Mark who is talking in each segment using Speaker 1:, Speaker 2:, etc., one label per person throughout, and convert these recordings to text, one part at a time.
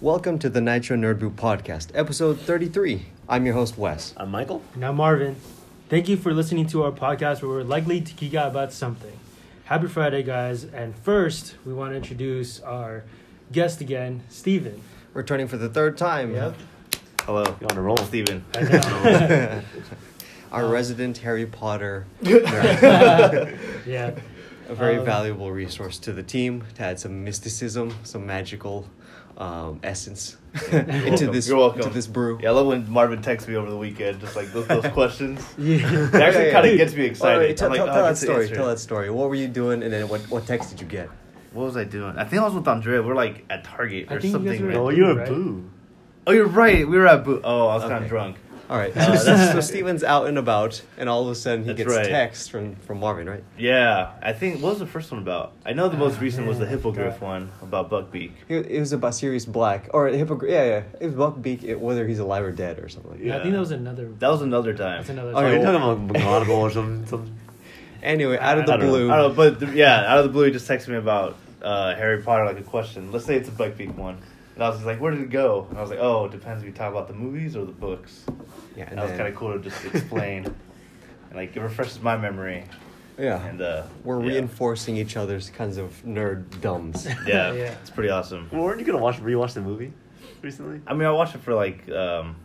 Speaker 1: Welcome to the Nitro Nerd Brew Podcast, episode 33. I'm your host, Wes.
Speaker 2: I'm Michael.
Speaker 3: Now, Marvin, thank you for listening to our podcast where we're likely to geek out about something. Happy Friday, guys. And first, we want to introduce our guest again, Steven.
Speaker 1: Returning for the third time.
Speaker 3: Yep.
Speaker 2: Hello. You're on a roll, Steven.
Speaker 3: I know.
Speaker 1: Our resident Harry Potter nerd.
Speaker 3: yeah.
Speaker 1: A very
Speaker 3: Um,
Speaker 1: valuable resource to the team to add some mysticism, some magical um, essence into
Speaker 2: welcome.
Speaker 1: this
Speaker 2: You're welcome.
Speaker 1: to this brew.
Speaker 2: Yeah, I love when Marvin texts me over the weekend, just like those, those questions.
Speaker 3: Yeah.
Speaker 2: It actually
Speaker 1: Yeah, yeah,
Speaker 2: kind
Speaker 1: yeah.
Speaker 2: of gets me excited.
Speaker 1: Wait, wait, tell,
Speaker 2: I'm like,
Speaker 1: tell-
Speaker 2: oh, I
Speaker 1: tell
Speaker 2: get
Speaker 1: that
Speaker 2: to
Speaker 1: story.
Speaker 2: answer it.
Speaker 1: Tell that story. What were you doing, and then what, what text did you get?
Speaker 2: What was I doing? I think I was with Andrea. We're like at Target
Speaker 3: I
Speaker 2: or
Speaker 3: think you guys
Speaker 2: something.
Speaker 3: were at
Speaker 2: right?
Speaker 3: Oh, you were Boo, at right? Boo.
Speaker 2: Oh, you're right. We were at Boo. Oh, I was kind
Speaker 1: Okay.
Speaker 2: of drunk.
Speaker 1: All right.
Speaker 2: Uh, that's-
Speaker 1: so Steven's out and about, and all of a sudden he
Speaker 2: That's
Speaker 1: gets
Speaker 2: right.
Speaker 1: text from, from Marvin, right?
Speaker 2: Yeah, I think. What was the first one about? I know the most
Speaker 3: Ah,
Speaker 2: recent was the
Speaker 3: man, I
Speaker 2: hippogriff
Speaker 3: forgot.
Speaker 2: one about Buckbeak.
Speaker 1: It, it was about Sirius Black or Hippogriff. Yeah, yeah. It was Buckbeak, it, whether he's alive or dead or something. Like that.
Speaker 2: Yeah.
Speaker 3: I think that was another.
Speaker 2: That was another time.
Speaker 3: That's another.
Speaker 1: Oh,
Speaker 4: Are
Speaker 1: yeah.
Speaker 4: you talking about McGonagall or something? something?
Speaker 1: Anyway, out of the
Speaker 2: I don't know.
Speaker 1: blue.
Speaker 2: I don't know, but th- yeah, out of the blue, he just texted me about uh, Harry Potter, like a question. Let's say it's a Buckbeak one. And I was just like, where did it go? And I was like, oh, it depends if you talk about the movies or the books.
Speaker 1: Yeah,
Speaker 2: And that was
Speaker 1: then-
Speaker 2: kind of cool to just explain. and like, it refreshes my memory.
Speaker 1: Yeah.
Speaker 2: And uh,
Speaker 1: We're
Speaker 2: yeah.
Speaker 1: reinforcing each other's kinds of nerd dumbs.
Speaker 2: Yeah,
Speaker 3: Yeah.
Speaker 2: it's pretty awesome.
Speaker 4: Well, weren't you gonna watch rewatch the movie recently?
Speaker 2: I mean, I watched it for like, um,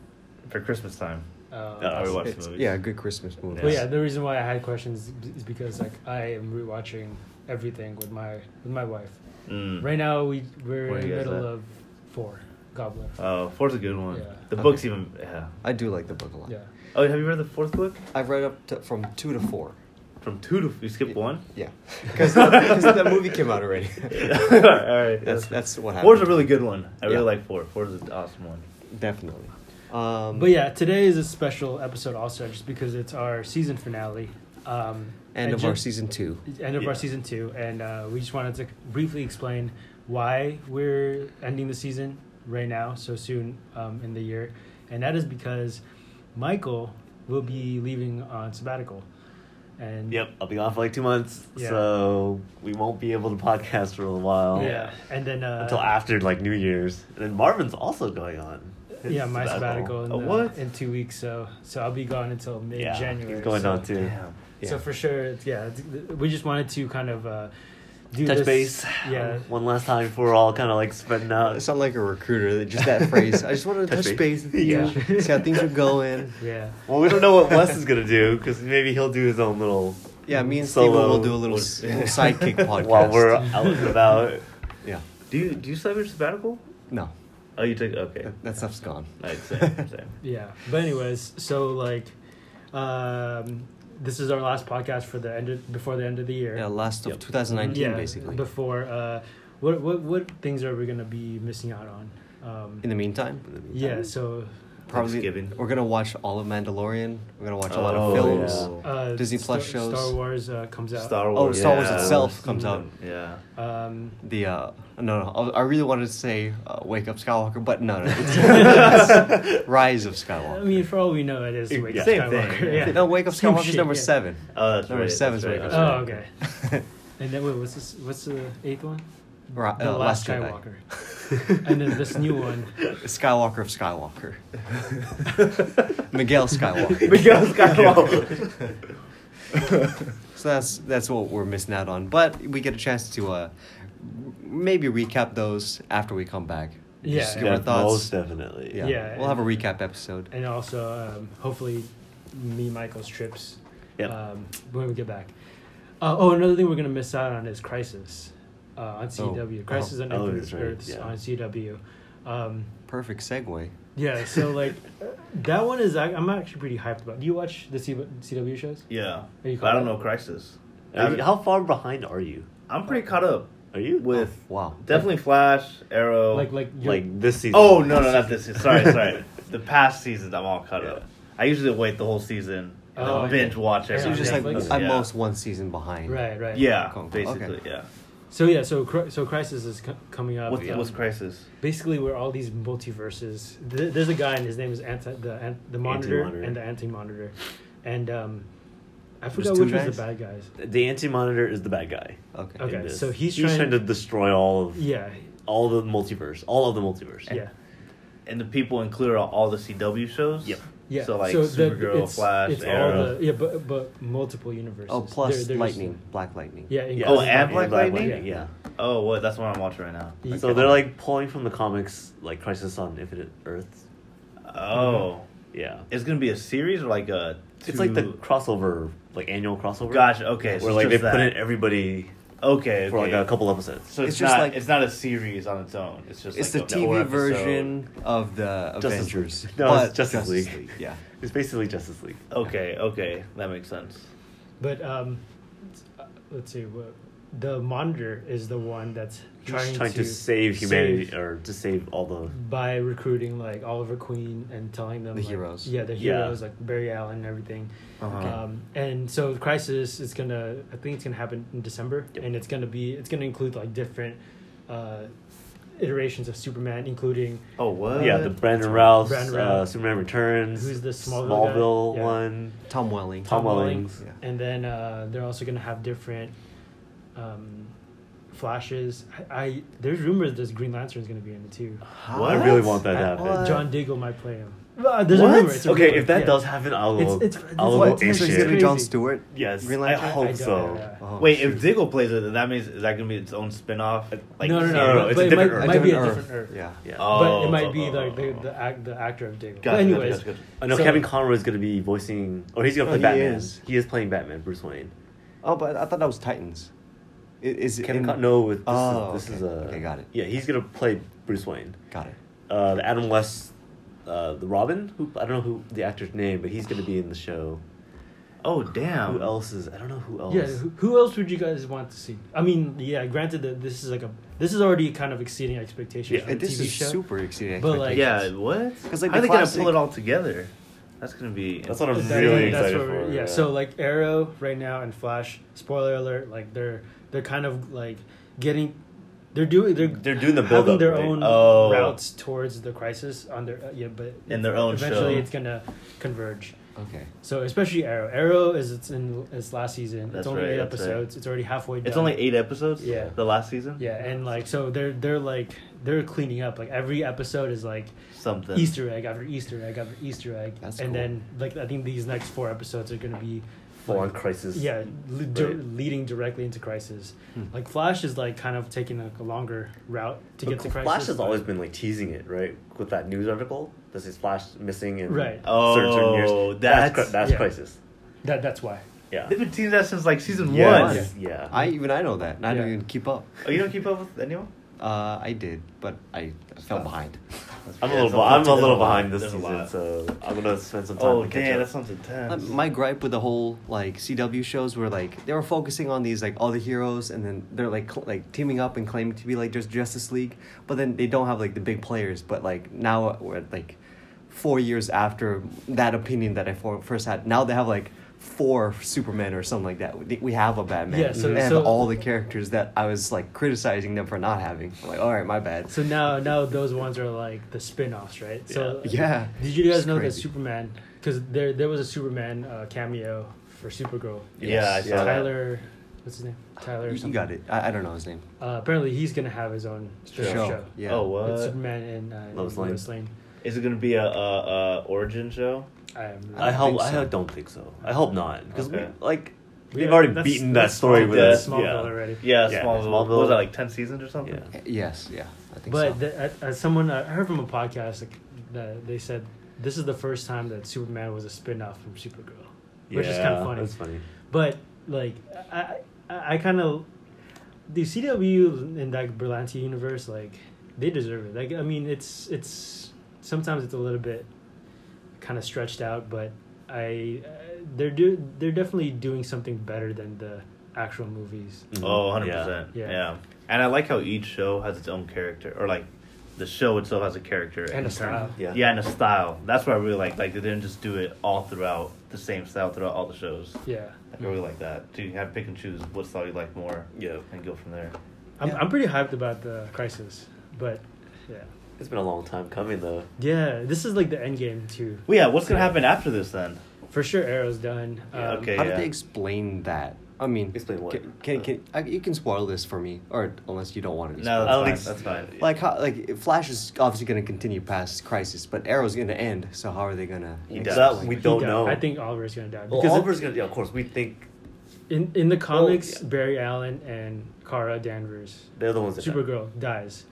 Speaker 2: for Christmas time.
Speaker 3: Uh,
Speaker 2: Yeah, I watched
Speaker 1: It's-
Speaker 2: movies.
Speaker 1: yeah, good Christmas movie.
Speaker 3: Well, yeah, the reason why I had questions is because like I am rewatching everything with my with my wife.
Speaker 2: Mm.
Speaker 3: Right now, we we're
Speaker 2: Where
Speaker 3: in
Speaker 2: you
Speaker 3: the
Speaker 2: guys
Speaker 3: middle
Speaker 2: at?
Speaker 3: of four Goblin.
Speaker 2: Oh, fourth's a good one.
Speaker 3: Yeah.
Speaker 2: The
Speaker 1: Okay.
Speaker 2: book's even, yeah.
Speaker 1: I do like the book a lot.
Speaker 3: yeah.
Speaker 2: Oh, have you read the fourth book?
Speaker 1: I've read up to, from two to four.
Speaker 2: From two to, you skipped one?
Speaker 1: Yeah, because the movie came out already.
Speaker 2: All right,
Speaker 1: That's that's what happened.
Speaker 2: Four's a really good one. I
Speaker 1: Yeah.
Speaker 2: really like four. Four's an awesome one.
Speaker 1: Definitely. Um,
Speaker 3: But yeah, today is a special episode also just because it's our season finale. Um,
Speaker 1: end
Speaker 3: and
Speaker 1: of
Speaker 3: ju-
Speaker 1: our season two.
Speaker 3: End of
Speaker 2: Yeah.
Speaker 3: our season two, and uh, we just wanted to briefly explain why we're ending the season right now, so soon um, in the year, and that is because Michael will be leaving on sabbatical, and
Speaker 4: Yep, I'll be gone for like two months,
Speaker 3: Yeah.
Speaker 4: so we won't be able to podcast for a
Speaker 1: Oh.
Speaker 4: while.
Speaker 3: yeah, and then uh,
Speaker 4: Until after like New Year's, and then Marvin's also going on. his
Speaker 3: yeah, my sabbatical in,
Speaker 2: Oh,
Speaker 3: uh,
Speaker 2: what?
Speaker 3: in two weeks, so so I'll be gone until mid
Speaker 4: Yeah,
Speaker 3: January.
Speaker 4: he's going
Speaker 3: so.
Speaker 4: on too.
Speaker 1: Yeah.
Speaker 3: So for sure, it's- yeah, it's- th- we just wanted to kind of uh, do
Speaker 4: Touch
Speaker 3: this-
Speaker 4: base,
Speaker 1: um,
Speaker 3: Yeah,
Speaker 4: one last time before we're all kind of like spreading
Speaker 1: I
Speaker 4: out.
Speaker 1: sound like a recruiter. that- Just that phrase. I just wanted to touch,
Speaker 4: Touch
Speaker 1: base.
Speaker 4: base.
Speaker 1: with you,
Speaker 3: Yeah.
Speaker 1: see how things are going.
Speaker 3: yeah,
Speaker 4: Well, we don't know what Wes is gonna do because maybe he'll do his own little
Speaker 1: Yeah, me and
Speaker 4: solo
Speaker 1: Steven will do a little s- sidekick podcast
Speaker 4: while we're out and about.
Speaker 1: Yeah.
Speaker 2: Do you do you still have your sabbatical?
Speaker 1: No,
Speaker 2: Oh, you took okay.
Speaker 1: that, that stuff's gone.
Speaker 2: Right, same, same.
Speaker 3: yeah. But anyways, so like, um, this is our last podcast for the end of, before the end of the year.
Speaker 1: Yeah, last of
Speaker 2: Yep.
Speaker 1: 2019,
Speaker 3: Yeah,
Speaker 1: basically.
Speaker 3: Before, uh, what what what things are we gonna be missing out on? Um,
Speaker 1: In the meantime,
Speaker 3: yeah, so
Speaker 1: probably
Speaker 2: Thanksgiving.
Speaker 1: we're gonna watch all of Mandalorian. We're gonna watch a lot
Speaker 2: Oh,
Speaker 1: of films.
Speaker 4: yeah.
Speaker 3: uh,
Speaker 1: Disney Plus
Speaker 3: Star,
Speaker 1: shows.
Speaker 3: Star Wars uh, comes out. Mm-hmm.
Speaker 2: Star
Speaker 1: Oh,
Speaker 2: Wars.
Speaker 1: Star Wars
Speaker 2: yeah.
Speaker 1: itself comes out.
Speaker 2: Yeah.
Speaker 3: Um,
Speaker 1: The uh, no, no, I I really wanted to say uh, Wake Up Skywalker, but no, no, it's, it's Rise of Skywalker.
Speaker 3: I mean, for all we know, it is
Speaker 4: Yeah,
Speaker 3: Wake
Speaker 2: same
Speaker 3: Skywalker.
Speaker 2: thing, yeah.
Speaker 3: Yeah.
Speaker 1: no, Wake Up
Speaker 3: Same
Speaker 1: Skywalker's
Speaker 3: shit,
Speaker 1: number
Speaker 3: yeah.
Speaker 1: seven.
Speaker 2: Oh, that's
Speaker 1: Number
Speaker 2: right.
Speaker 1: seven's
Speaker 2: that's
Speaker 1: Wake Up
Speaker 2: right.
Speaker 3: Oh, okay. And then wait, what's this? What's the eighth one?
Speaker 1: Ri- uh,
Speaker 3: the Last
Speaker 1: Jedi.
Speaker 3: Skywalker. and then this new one.
Speaker 1: Skywalker of Skywalker. Miguel Skywalker.
Speaker 2: Miguel Skywalker.
Speaker 1: So that's that's what we're missing out on. But we get a chance to uh, maybe recap those after we come back.
Speaker 3: Yeah,
Speaker 1: Just give
Speaker 4: Yeah,
Speaker 1: our thoughts.
Speaker 4: most definitely.
Speaker 1: Yeah.
Speaker 3: Yeah,
Speaker 1: we'll have a recap episode.
Speaker 3: And also, um, hopefully, me and Michael's trips
Speaker 4: Yep.
Speaker 3: um, when we get back. Uh, oh, another thing we're gonna miss out on is Crisis uh, on CW.
Speaker 1: oh,
Speaker 3: Crisis on
Speaker 4: oh,
Speaker 3: Infinite
Speaker 4: that's right,
Speaker 3: Earths
Speaker 4: yeah.
Speaker 3: on CW. Um,
Speaker 1: Perfect segue.
Speaker 3: yeah, so like that one is I, I'm actually pretty hyped about. Do you watch the C- CW shows?
Speaker 2: Yeah.
Speaker 3: Are you
Speaker 2: But I
Speaker 3: caught
Speaker 2: don't know
Speaker 3: up?
Speaker 2: Crisis.
Speaker 4: Are
Speaker 2: I'm-
Speaker 4: you- how far behind are you?
Speaker 2: I'm pretty caught up
Speaker 4: Are you Oh,
Speaker 2: with
Speaker 1: Wow.
Speaker 2: definitely Flash, Arrow.
Speaker 3: Like like your-
Speaker 4: like this season?
Speaker 2: oh no no not this season. Sorry sorry. The past seasons I'm all caught up.
Speaker 4: Yeah.
Speaker 2: I usually wait the whole season and
Speaker 3: Oh,
Speaker 2: then
Speaker 3: okay.
Speaker 2: binge watch
Speaker 1: So
Speaker 3: So
Speaker 2: everything.
Speaker 1: you're just like
Speaker 3: Netflix?
Speaker 1: at
Speaker 2: Yeah.
Speaker 1: most one season behind.
Speaker 3: right right
Speaker 2: Yeah,
Speaker 1: Cool, cool.
Speaker 2: basically,
Speaker 1: Okay.
Speaker 2: yeah.
Speaker 3: So yeah, so Cri- so Crisis is co- coming up.
Speaker 2: What's,
Speaker 3: um,
Speaker 2: what's Crisis?
Speaker 3: basically where all these multiverses. Th- there's a guy and his name is anti the an- the monitor
Speaker 4: Anti-Monitor.
Speaker 3: and the anti monitor, and um, I
Speaker 1: There's
Speaker 3: forgot
Speaker 1: two
Speaker 3: which
Speaker 1: guys?
Speaker 3: was the bad guys.
Speaker 4: The anti monitor is the bad guy.
Speaker 1: Okay.
Speaker 4: in
Speaker 3: Okay,
Speaker 4: this.
Speaker 3: so he's
Speaker 4: trying
Speaker 3: trying-
Speaker 4: to destroy all of
Speaker 3: Yeah,
Speaker 4: all the multiverse, all of the multiverse.
Speaker 3: yeah.
Speaker 2: and the people included are all the CW shows.
Speaker 4: Yep.
Speaker 3: Yeah.
Speaker 2: So like
Speaker 3: the-
Speaker 2: Supergirl,
Speaker 3: it's-
Speaker 2: Flash,
Speaker 3: it's all
Speaker 2: Arrow.
Speaker 3: the- yeah, but but multiple universes.
Speaker 1: Oh, plus
Speaker 3: They're- they're just-
Speaker 1: lightning, black lightning.
Speaker 3: yeah. including
Speaker 2: Oh,
Speaker 3: Lightning.
Speaker 2: and Black Lightning?
Speaker 4: Yeah.
Speaker 2: Oh, what? That's what I'm watching right now.
Speaker 3: Yeah.
Speaker 4: So they're like pulling from the comics, like Crisis on Infinite Earths.
Speaker 2: Oh,
Speaker 4: Yeah.
Speaker 2: it's gonna be a series or like a.
Speaker 4: It's like the
Speaker 2: two-
Speaker 4: crossover, like annual crossover.
Speaker 2: Gotcha. Okay. So
Speaker 4: Where
Speaker 2: it's
Speaker 4: like they
Speaker 2: just
Speaker 4: put
Speaker 2: that.
Speaker 4: in everybody
Speaker 2: Okay.
Speaker 4: for like
Speaker 2: okay.
Speaker 4: a couple episodes.
Speaker 2: So it's,
Speaker 1: It's just
Speaker 2: not
Speaker 1: like-
Speaker 2: it's not a series on its own. It's just
Speaker 1: It's
Speaker 2: like
Speaker 1: the
Speaker 2: a four
Speaker 1: TV
Speaker 2: episode-
Speaker 1: version of the
Speaker 4: Justice
Speaker 1: Avengers.
Speaker 4: League. No, it's
Speaker 1: but
Speaker 4: Justice League.
Speaker 1: Yeah.
Speaker 4: It's basically Justice League.
Speaker 2: Okay, okay, that makes sense.
Speaker 3: But um, uh, let's see. What, the monitor is the one that's trying,
Speaker 4: Trying, trying to, save humanity or uh, to save all the
Speaker 3: by recruiting like Oliver Queen and telling them
Speaker 1: The
Speaker 3: like-
Speaker 1: heroes.
Speaker 3: Yeah, the
Speaker 4: Yeah.
Speaker 3: heroes like Barry Allen and everything.
Speaker 2: Uh-huh.
Speaker 3: Um, and so Crisis is gonna. I think it's gonna happen in December,
Speaker 4: Yep.
Speaker 3: and it's gonna be. It's gonna include like different uh, iterations of Superman, including
Speaker 2: Oh what?
Speaker 4: yeah the Brandon Ralphs,
Speaker 3: Brandon
Speaker 4: uh,
Speaker 3: Routh.
Speaker 4: Superman Returns,
Speaker 3: Who's the Smallville guy?
Speaker 4: Smallville
Speaker 3: Yeah.
Speaker 4: one,
Speaker 1: Tom Welling.
Speaker 4: Tom
Speaker 3: Welling,
Speaker 4: Wellings.
Speaker 1: Yeah.
Speaker 3: and then uh, they're also gonna have different um, flashes. I, I there's rumors this Green Lantern is gonna be in it too.
Speaker 4: I really want that to
Speaker 3: I-
Speaker 4: happen.
Speaker 1: What?
Speaker 3: John Diggle might play him. Uh, there's a rumor. It's a
Speaker 4: okay,
Speaker 3: rumor,
Speaker 4: if that
Speaker 3: yeah.
Speaker 4: does happen, I'll
Speaker 3: It's-
Speaker 4: go.
Speaker 3: it's-
Speaker 4: I'll
Speaker 3: it's
Speaker 4: go
Speaker 3: like-
Speaker 1: What? So
Speaker 4: ape
Speaker 1: he's
Speaker 4: shit.
Speaker 1: gonna be John
Speaker 3: Crazy.
Speaker 1: Stewart.
Speaker 4: Yes,
Speaker 1: Green
Speaker 4: I
Speaker 1: Lantern?
Speaker 4: hope
Speaker 3: don't-
Speaker 4: so.
Speaker 3: yeah.
Speaker 1: Oh,
Speaker 2: Wait,
Speaker 1: shoot.
Speaker 2: if Diggle plays it, then that means is that gonna be its own spin-off?
Speaker 3: no, no, no,
Speaker 4: no, no,
Speaker 3: but
Speaker 4: it's a
Speaker 3: it
Speaker 4: different
Speaker 3: might,
Speaker 4: Earth.
Speaker 3: might be a
Speaker 1: Different
Speaker 3: different Earth.
Speaker 1: Yeah.
Speaker 4: Yeah.
Speaker 2: Oh,
Speaker 3: but it might
Speaker 2: oh,
Speaker 3: be
Speaker 2: oh,
Speaker 3: like the
Speaker 2: oh.
Speaker 3: the, act, the actor of Diggle.
Speaker 2: Gotcha,
Speaker 3: but anyways,
Speaker 2: gotcha, gotcha,
Speaker 4: I know
Speaker 3: So-
Speaker 4: Kevin Conroy is going to be voicing, or he's going
Speaker 1: Oh,
Speaker 4: to play
Speaker 1: he
Speaker 4: Batman.
Speaker 1: is.
Speaker 4: He is playing Batman, Bruce Wayne.
Speaker 1: Oh, but I thought that was Titans. I- Is it
Speaker 4: Kevin
Speaker 1: in-
Speaker 4: Con- no, with this,
Speaker 1: oh,
Speaker 4: is, this
Speaker 1: okay.
Speaker 4: is a
Speaker 1: okay, got it.
Speaker 4: Yeah, he's going to play Bruce Wayne.
Speaker 1: Got it.
Speaker 4: Uh, the Adam West, uh, the Robin. Who I don't know who the actor's name, but he's going to be in the show.
Speaker 2: Oh damn.
Speaker 4: Who else is? I don't know who else.
Speaker 3: Yeah, who, who else would you guys want to see? I mean, yeah, granted that this is like a this is already kind of exceeding expectations
Speaker 4: Yeah,
Speaker 3: for a
Speaker 1: And this
Speaker 3: TV
Speaker 1: is
Speaker 3: show.
Speaker 1: super exceeding
Speaker 3: But, like-
Speaker 2: Yeah, what?
Speaker 1: 'Cause, like,
Speaker 2: How are
Speaker 1: the
Speaker 2: they gonna
Speaker 1: classic-
Speaker 2: pull it all together? That's gonna be.
Speaker 4: That's what I'm
Speaker 3: That's-
Speaker 4: really
Speaker 3: that's
Speaker 4: excited
Speaker 3: what we're-
Speaker 4: for,
Speaker 3: Yeah,
Speaker 4: yeah.
Speaker 3: so like Arrow right now and Flash. Spoiler alert! Like they're they're kind of like getting they're doing they're
Speaker 4: They're doing the
Speaker 3: building
Speaker 4: build-up,
Speaker 3: their
Speaker 4: right?
Speaker 3: own
Speaker 2: Oh.
Speaker 3: routes towards the crisis on their uh, yeah, but
Speaker 2: In their own
Speaker 3: eventually
Speaker 2: show.
Speaker 3: it's gonna converge.
Speaker 1: Okay.
Speaker 3: So especially Arrow. Arrow is it's in its last season.
Speaker 2: That's
Speaker 3: it's only
Speaker 2: right,
Speaker 3: eight
Speaker 2: that's right.
Speaker 3: episodes. It's already halfway. Done.
Speaker 2: It's only eight episodes.
Speaker 3: Yeah.
Speaker 2: The last season.
Speaker 3: Yeah, and like so they're they're like they're cleaning up. Like every episode is like
Speaker 2: Something.
Speaker 3: Easter egg after Easter egg after Easter egg.
Speaker 1: That's
Speaker 3: and
Speaker 1: cool.
Speaker 3: then like I think these next four episodes are gonna be
Speaker 4: Full on
Speaker 3: like,
Speaker 4: crisis.
Speaker 3: Yeah, le- di-
Speaker 4: Right.
Speaker 3: leading directly into crisis.
Speaker 1: Hmm.
Speaker 3: Like Flash is like kind of taking like, a longer route to
Speaker 4: But
Speaker 3: get to crisis.
Speaker 4: Flash has always been like teasing it, right? With that news article that says Flash missing in
Speaker 3: Right.
Speaker 2: Oh,
Speaker 4: That's
Speaker 2: that's-
Speaker 4: cri- that's
Speaker 3: yeah.
Speaker 4: crisis.
Speaker 3: that. That's why.
Speaker 4: Yeah.
Speaker 2: They've been teasing that since like season
Speaker 4: Yes.
Speaker 2: one.
Speaker 4: Yeah.
Speaker 1: I even I know that. and I don't
Speaker 3: Yeah.
Speaker 1: even keep up.
Speaker 2: Oh, you don't keep up with anyone?
Speaker 1: Uh, I did, but I fell behind.
Speaker 4: I'm a
Speaker 2: Yeah,
Speaker 4: little,
Speaker 2: it's
Speaker 4: beh- I'm a
Speaker 2: lot.
Speaker 4: little behind this
Speaker 2: There's a
Speaker 4: season,
Speaker 2: lot.
Speaker 4: so I'm gonna spend some time.
Speaker 2: Oh
Speaker 4: to catch
Speaker 2: damn,
Speaker 4: up.
Speaker 2: that sounds
Speaker 1: Uh,
Speaker 2: intense.
Speaker 1: My gripe with the whole like CW shows were like they were focusing on these like all the heroes and then they're like cl- like teaming up and claiming to be like just Justice League, but then they don't have like the big players. But like now we're at, like four years after that opinion that I for- first had, now they have like four Superman or something like that. We- We have a Batman.
Speaker 3: Yeah, so-
Speaker 1: they have
Speaker 3: so-
Speaker 1: all the characters that I was like criticizing them for not having. I'm like, all right, my bad.
Speaker 3: So now now those ones are like the spin-offs, right? So
Speaker 1: Yeah.
Speaker 3: Did you guys
Speaker 1: It's
Speaker 3: know that
Speaker 1: crazy.
Speaker 3: Superman? Because there there was a Superman uh, cameo for Supergirl.
Speaker 2: yeah, I
Speaker 4: Yes.
Speaker 2: saw that.
Speaker 3: Tyler, what's his name? Tyler. or
Speaker 1: you, you
Speaker 3: something.
Speaker 1: got it. I, I don't know his name.
Speaker 3: Uh, apparently, he's gonna have his own show.
Speaker 1: Show.
Speaker 3: show.
Speaker 1: Yeah.
Speaker 2: Oh
Speaker 3: With
Speaker 2: what?
Speaker 3: Superman and uh,
Speaker 4: Lois
Speaker 3: Lois
Speaker 4: Lane.
Speaker 3: Lane.
Speaker 2: Is it gonna be a, a, a origin show?
Speaker 3: I am.
Speaker 4: I
Speaker 1: don't
Speaker 4: hope.
Speaker 1: think
Speaker 4: I
Speaker 1: so.
Speaker 4: ho- don't think so. I hope not, because
Speaker 2: Okay.
Speaker 4: we like
Speaker 3: We-
Speaker 4: we've already
Speaker 3: that's-
Speaker 4: beaten that
Speaker 3: that's
Speaker 4: story with
Speaker 2: Smallville.
Speaker 4: us.
Speaker 3: Smallville
Speaker 4: yeah.
Speaker 3: already.
Speaker 2: Yeah,
Speaker 4: Yeah,
Speaker 2: Smallville.
Speaker 4: Smallville.
Speaker 2: What was that like ten seasons or something?
Speaker 4: Yeah.
Speaker 1: Yes, yeah, I think
Speaker 3: But
Speaker 1: so.
Speaker 3: the, uh, uh, someone I heard from a podcast like, that they said this is the first time that Superman was a spin-off from Supergirl, which is kind
Speaker 4: Yeah,
Speaker 3: of funny.
Speaker 4: That's funny.
Speaker 3: But like I I, I kind of the CW in that Berlanti universe like they deserve it. Like I mean it's it's sometimes it's a little bit kind of stretched out, but I uh, they're do they're definitely doing something better than the actual movies.
Speaker 4: Mhm.
Speaker 2: Oh, 100
Speaker 4: Yeah.
Speaker 2: percent.
Speaker 3: Yeah.
Speaker 2: Yeah. And I like how each show has its own character, or like the show itself has a character
Speaker 3: And a
Speaker 2: in
Speaker 3: style.
Speaker 4: Yeah.
Speaker 2: Yeah. and a style. That's what I really like. Like they didn't just do it all throughout the same style throughout all the shows.
Speaker 3: Yeah.
Speaker 2: I really like that. So you can have pick and choose what style you like more.
Speaker 4: Yeah.
Speaker 2: And go from there.
Speaker 3: I'm
Speaker 1: Yeah.
Speaker 3: I'm pretty hyped about the crisis, but yeah.
Speaker 4: It's been a long time coming though.
Speaker 3: Yeah, this is like the end game too.
Speaker 2: Well, yeah. What's gonna happen after this then?
Speaker 3: For sure Arrow's done. Um,
Speaker 2: Yeah, okay.
Speaker 1: How did
Speaker 2: yeah.
Speaker 1: they explain that? I mean,
Speaker 4: Explain what.
Speaker 1: Can, can, can- I, you can spoil this for me, or unless you don't want to. be
Speaker 2: No,
Speaker 1: spoiled.
Speaker 4: I don't
Speaker 2: that's fine.
Speaker 4: think
Speaker 2: That's fine.
Speaker 1: Like how, like Flash is obviously going to continue past Crisis, but Arrow's going to end. So how are they going to?
Speaker 4: He
Speaker 2: does.
Speaker 4: That we
Speaker 3: He
Speaker 4: don't
Speaker 3: died.
Speaker 4: know.
Speaker 3: I think Oliver's gonna die
Speaker 4: Well,
Speaker 3: because
Speaker 4: Oliver's gonna. Yeah, of course, we think
Speaker 3: in in the comics,
Speaker 4: yeah.
Speaker 3: Barry Allen and Kara Danvers,
Speaker 4: they're the ones that. die.
Speaker 3: Supergirl, dies,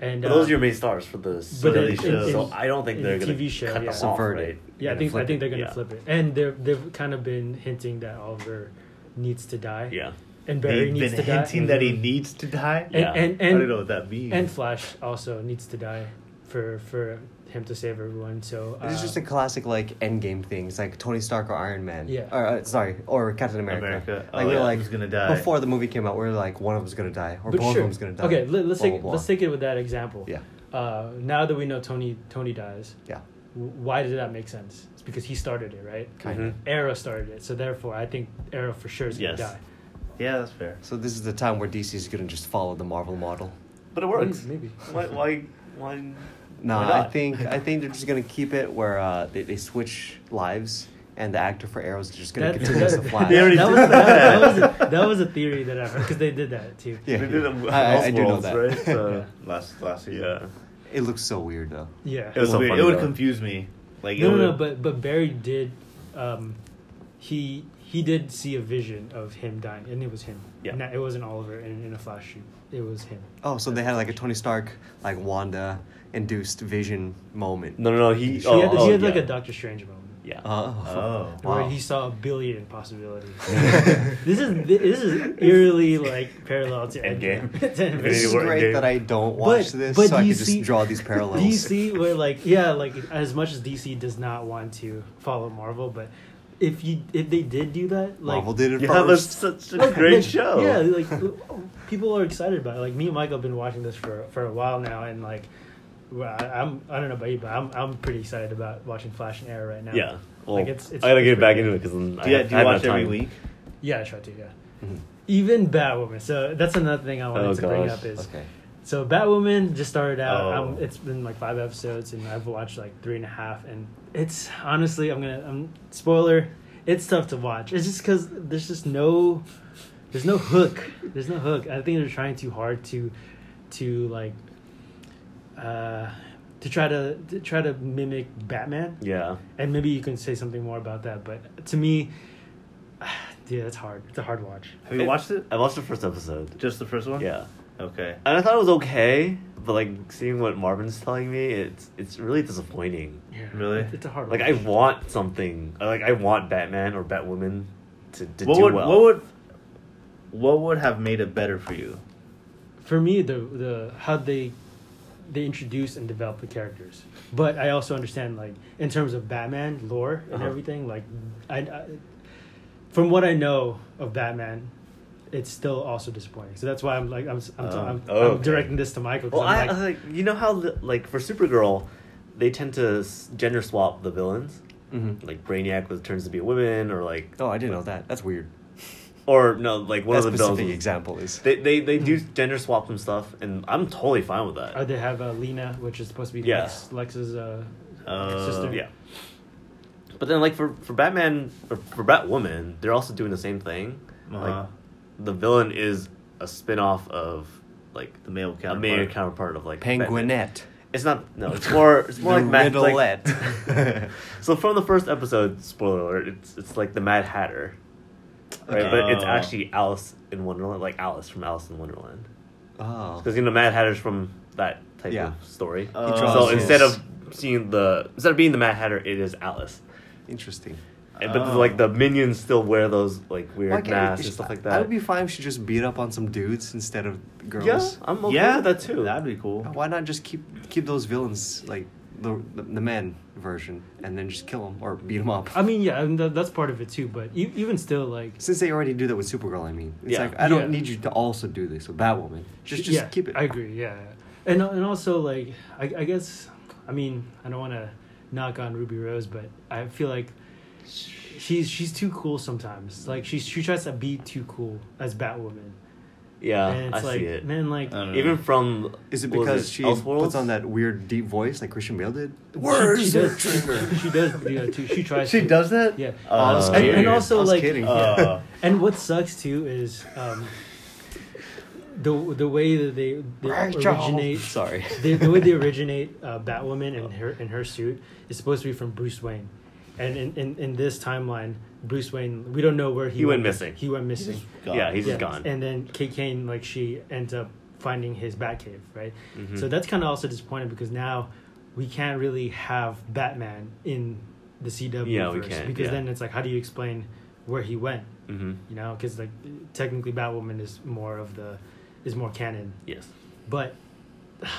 Speaker 3: and
Speaker 4: But those
Speaker 3: uh,
Speaker 4: are your main stars for the
Speaker 3: but
Speaker 4: for
Speaker 3: in-
Speaker 4: the show.
Speaker 2: in-
Speaker 4: so I don't think
Speaker 3: in
Speaker 4: they're
Speaker 3: the
Speaker 4: gonna
Speaker 3: TV show,
Speaker 4: cut
Speaker 3: yeah.
Speaker 4: them off,
Speaker 1: Subvert
Speaker 4: right?
Speaker 1: it.
Speaker 3: Yeah, I
Speaker 1: gonna
Speaker 3: think I
Speaker 1: flip
Speaker 3: think
Speaker 1: it.
Speaker 3: they're gonna
Speaker 4: Yeah.
Speaker 3: flip it, and they're they've kind of been hinting that Oliver needs to die.
Speaker 4: Yeah.
Speaker 3: and Barry
Speaker 2: They've
Speaker 3: needs
Speaker 2: been
Speaker 3: to die. Mm-hmm.
Speaker 2: hinting that he needs to die.
Speaker 3: and,
Speaker 4: Yeah.
Speaker 3: and,
Speaker 2: I don't know
Speaker 3: and,
Speaker 2: what that means.
Speaker 3: and Flash also needs to die for for him to save everyone. So
Speaker 1: It's
Speaker 3: uh,
Speaker 1: just a classic like Endgame thing. It's like Tony Stark or Iron Man.
Speaker 3: Yeah.
Speaker 1: Or uh, sorry, or Captain America.
Speaker 2: America.
Speaker 1: Like
Speaker 2: Oh,
Speaker 1: we're
Speaker 2: yeah,
Speaker 1: like
Speaker 2: who's gonna die?
Speaker 1: before the movie came out. We are like one of them's gonna die, or
Speaker 3: but
Speaker 1: both
Speaker 3: sure.
Speaker 1: of them's gonna die.
Speaker 3: Okay, let, us
Speaker 1: blah,
Speaker 3: take
Speaker 1: blah,
Speaker 3: let's
Speaker 1: blah.
Speaker 3: take it with that example.
Speaker 1: Yeah,
Speaker 3: Uh, now that we know Tony Tony dies,
Speaker 1: yeah,
Speaker 3: w- why did that make sense? It's because he started it, right? Mm-hmm.
Speaker 1: kind of.
Speaker 4: Mhm.
Speaker 2: Mm-hmm.
Speaker 3: Arrow started it, so therefore I think Arrow for sure is gonna
Speaker 4: Yes.
Speaker 3: die.
Speaker 2: yeah, that's fair.
Speaker 1: So this is the time where DC is gonna just follow the Marvel model.
Speaker 4: But it works.
Speaker 3: Maybe.
Speaker 4: Why? Why? why
Speaker 1: No,
Speaker 4: why
Speaker 1: I
Speaker 4: not?
Speaker 1: think I think they're just gonna keep it where uh, they, they switch lives, and the actor for Arrow's just gonna
Speaker 3: That,
Speaker 1: continue as
Speaker 3: that,
Speaker 1: a Flash.
Speaker 2: They already
Speaker 3: that
Speaker 2: did
Speaker 3: was, that, that was
Speaker 2: that.
Speaker 3: a, that was a theory that I heard because they did that too.
Speaker 1: Yeah,
Speaker 2: They did it
Speaker 1: I- I- I do know
Speaker 2: Elseworlds,
Speaker 1: that.
Speaker 2: Right? So, last last season.
Speaker 4: Yeah.
Speaker 1: It looks so weird though.
Speaker 3: Yeah.
Speaker 2: It was
Speaker 4: So
Speaker 2: weird.
Speaker 4: funny,
Speaker 2: it would
Speaker 4: though.
Speaker 2: confuse me. Like it
Speaker 3: no,
Speaker 2: would,
Speaker 3: no, no, but but Barry did, um, he he did see a vision of him dying, and it was him.
Speaker 4: Yeah.
Speaker 3: Not- it wasn't Oliver in, in a flash shoot. It was him.
Speaker 1: Oh, so they had like a Tony Stark, like Wanda induced vision moment.
Speaker 4: No, no, no. He.
Speaker 1: He
Speaker 4: Oh,
Speaker 3: he had,
Speaker 4: oh,
Speaker 3: he had
Speaker 4: yeah.
Speaker 3: like a Doctor Strange moment.
Speaker 4: Yeah.
Speaker 1: Oh.
Speaker 2: Oh.
Speaker 1: Wow.
Speaker 3: Where he saw a billion possibilities. this is this is eerily like parallel to
Speaker 4: Endgame.
Speaker 3: Endgame. To Endgame.
Speaker 4: Infinity
Speaker 1: It's
Speaker 4: War
Speaker 1: great
Speaker 4: Endgame.
Speaker 1: that I don't watch
Speaker 3: But-
Speaker 1: this,
Speaker 3: but
Speaker 1: so I can
Speaker 3: do you
Speaker 1: just
Speaker 3: see-
Speaker 1: draw these parallels.
Speaker 3: DC, where like yeah, like as much as DC does not want to follow Marvel, but if you if they did do that, like
Speaker 1: Marvel did it
Speaker 2: Yeah, that's
Speaker 1: first.
Speaker 2: such a
Speaker 3: Like,
Speaker 2: great
Speaker 3: like,
Speaker 2: show.
Speaker 3: Yeah, like people are excited about it. Like me and Mike have been watching this for for a while now, and like well, I, I'm I don't know about you, but I'm I'm pretty excited about watching Flash and Arrow right now.
Speaker 4: Yeah. Well,
Speaker 3: Like, it's- it's-
Speaker 4: I gotta
Speaker 3: it's
Speaker 4: get back
Speaker 3: pretty
Speaker 4: into it because then
Speaker 2: Do you,
Speaker 4: I,
Speaker 2: do
Speaker 4: I
Speaker 2: you
Speaker 4: have
Speaker 2: watch
Speaker 4: no
Speaker 2: every
Speaker 4: time.
Speaker 2: week?
Speaker 3: yeah, I try to. Yeah,
Speaker 1: Mhm.
Speaker 3: even Batwoman. So that's another thing I wanted
Speaker 4: Oh,
Speaker 3: to bring
Speaker 4: gosh.
Speaker 3: up is
Speaker 1: Okay.
Speaker 3: so Batwoman just started out.
Speaker 2: Oh.
Speaker 3: Um, it's been like five episodes, and I've watched like three and a half. And it's honestly, I'm gonna um, spoiler. It's tough to watch. It's just because there's just no, there's no hook. There's no hook. I think they're trying too hard to, to like, uh, to try to, to try to mimic Batman.
Speaker 4: Yeah.
Speaker 3: And maybe you can say something more about that. But to me, yeah, it's hard. It's a hard watch.
Speaker 2: Have you
Speaker 4: It-
Speaker 2: watched it?
Speaker 4: I watched the first episode.
Speaker 2: Just the first one?
Speaker 4: Yeah.
Speaker 2: Okay.
Speaker 4: And I thought it was okay, but like seeing what Marvin's telling me, it's it's really disappointing.
Speaker 3: Yeah,
Speaker 2: Really?
Speaker 3: It's a hard.
Speaker 4: Like
Speaker 3: watch.
Speaker 4: I want something. Like I want Batman or Batwoman to, to
Speaker 2: what
Speaker 4: do
Speaker 2: would
Speaker 4: well.
Speaker 2: what would what would have made it better for you?
Speaker 3: for me the the how they they introduce and develop the characters but i also understand like in terms of batman lore and
Speaker 4: Uh-huh.
Speaker 3: everything like I, I from what i know of batman it's still also disappointing so that's why i'm like i'm s- i'm, t-
Speaker 2: Oh,
Speaker 3: I'm, I'm
Speaker 4: Uh, okay.
Speaker 3: directing this to michael 'cause
Speaker 4: Well, I,
Speaker 3: I'm
Speaker 4: I
Speaker 3: like,
Speaker 4: like you know how the- like for Supergirl, they tend to s- gender swap the villains.
Speaker 1: hmm
Speaker 4: Like Brainiac was turns to be a woman, or like
Speaker 1: Oh, I didn't know that. That's weird.
Speaker 4: or no, like one
Speaker 1: that
Speaker 4: of the villains.
Speaker 1: specific
Speaker 4: was-
Speaker 1: example is.
Speaker 4: They they they do
Speaker 2: Hmm.
Speaker 4: gender swap some stuff, and I'm totally fine with that.
Speaker 3: oh, they have uh, lena which is supposed to be
Speaker 4: Yeah.
Speaker 3: Lex, lex's uh,
Speaker 2: Uh,
Speaker 3: sister
Speaker 4: yeah. But then, like for for Batman or for Batwoman, they're also doing the same thing.
Speaker 2: Uh-huh.
Speaker 4: Like the villain is a spin off of like
Speaker 2: The male
Speaker 4: a
Speaker 2: counterpart.
Speaker 4: main counterpart of like Batman.
Speaker 1: Penguinette.
Speaker 4: It's not no. It's more. It's more
Speaker 1: The
Speaker 4: like Mad like-
Speaker 1: Riddlette.
Speaker 4: so from the first episode, spoiler alert, it's it's like the Mad Hatter, right? But it's
Speaker 2: Oh.
Speaker 4: actually Alice in Wonderland, like Alice from Alice in Wonderland,
Speaker 1: oh.
Speaker 4: because you know Mad Hatter's from that type
Speaker 1: Yeah.
Speaker 4: of story.
Speaker 2: Oh.
Speaker 4: so
Speaker 2: draws
Speaker 4: instead
Speaker 1: his-
Speaker 4: of seeing the instead of being the Mad Hatter, it is Alice.
Speaker 1: Interesting.
Speaker 4: And- But
Speaker 2: Oh.
Speaker 4: like the minions still wear those like weird
Speaker 1: Why can't-
Speaker 4: masks
Speaker 1: is-
Speaker 4: and stuff like
Speaker 1: I
Speaker 4: that.
Speaker 1: would be fine if she just beat up on some dudes instead of girls.
Speaker 4: yeah, I'm okay
Speaker 2: yeah,
Speaker 4: with that too.
Speaker 2: That'd be cool.
Speaker 1: Why not just keep keep those villains like the the, the man version and then just kill them or beat them up?
Speaker 3: i mean yeah and that, that's part of it too but e- even still like
Speaker 1: Since they already do that with Supergirl, I mean, it's
Speaker 4: Yeah.
Speaker 1: like I don't
Speaker 3: Yeah.
Speaker 1: need you to also do this with Batwoman. Just just
Speaker 3: yeah,
Speaker 1: keep it.
Speaker 3: I agree. Yeah, yeah. and and also like I, I guess I mean I don't want to knock on Ruby Rose, but I feel like she's she's too cool sometimes. Like she she tries to be too cool as Batwoman,
Speaker 4: Yeah,
Speaker 3: and
Speaker 4: I
Speaker 3: it's like,
Speaker 4: see it.
Speaker 3: man, like,
Speaker 2: I don't know.
Speaker 4: Even from
Speaker 1: Is it
Speaker 4: what was
Speaker 1: because she
Speaker 4: Elseworlds?
Speaker 1: puts on that weird deep voice like Christian Bale did?
Speaker 3: she, she does, she does do that too. She tries.
Speaker 2: She
Speaker 3: to.
Speaker 2: does that?
Speaker 3: Yeah.
Speaker 2: Oh,
Speaker 4: Uh,
Speaker 2: that's
Speaker 3: and, and
Speaker 2: weird.
Speaker 3: also
Speaker 1: I was
Speaker 3: like
Speaker 1: kidding.
Speaker 3: yeah.
Speaker 2: Uh.
Speaker 3: and what sucks too is um, the the way that they, they originate
Speaker 4: Sorry.
Speaker 3: the, the way they originate uh, Batwoman and her and her suit is supposed to be from Bruce Wayne, and in, in, in this timeline, Bruce Wayne we don't know where he,
Speaker 4: He went missing.
Speaker 3: He went missing.
Speaker 2: God.
Speaker 4: Yeah, he's just gone.
Speaker 3: And then Kate Kane, like she ends up finding his Batcave, right?
Speaker 4: Mhm.
Speaker 3: So that's kind of also disappointing because now we can't really have Batman in the CW
Speaker 4: Yeah, we
Speaker 3: verse
Speaker 4: can't,
Speaker 3: because
Speaker 4: yeah.
Speaker 3: then it's like, how do you explain where he went?
Speaker 4: hmm
Speaker 3: You know, because like technically Batwoman is more of the is more canon,
Speaker 4: Yes.
Speaker 3: but man,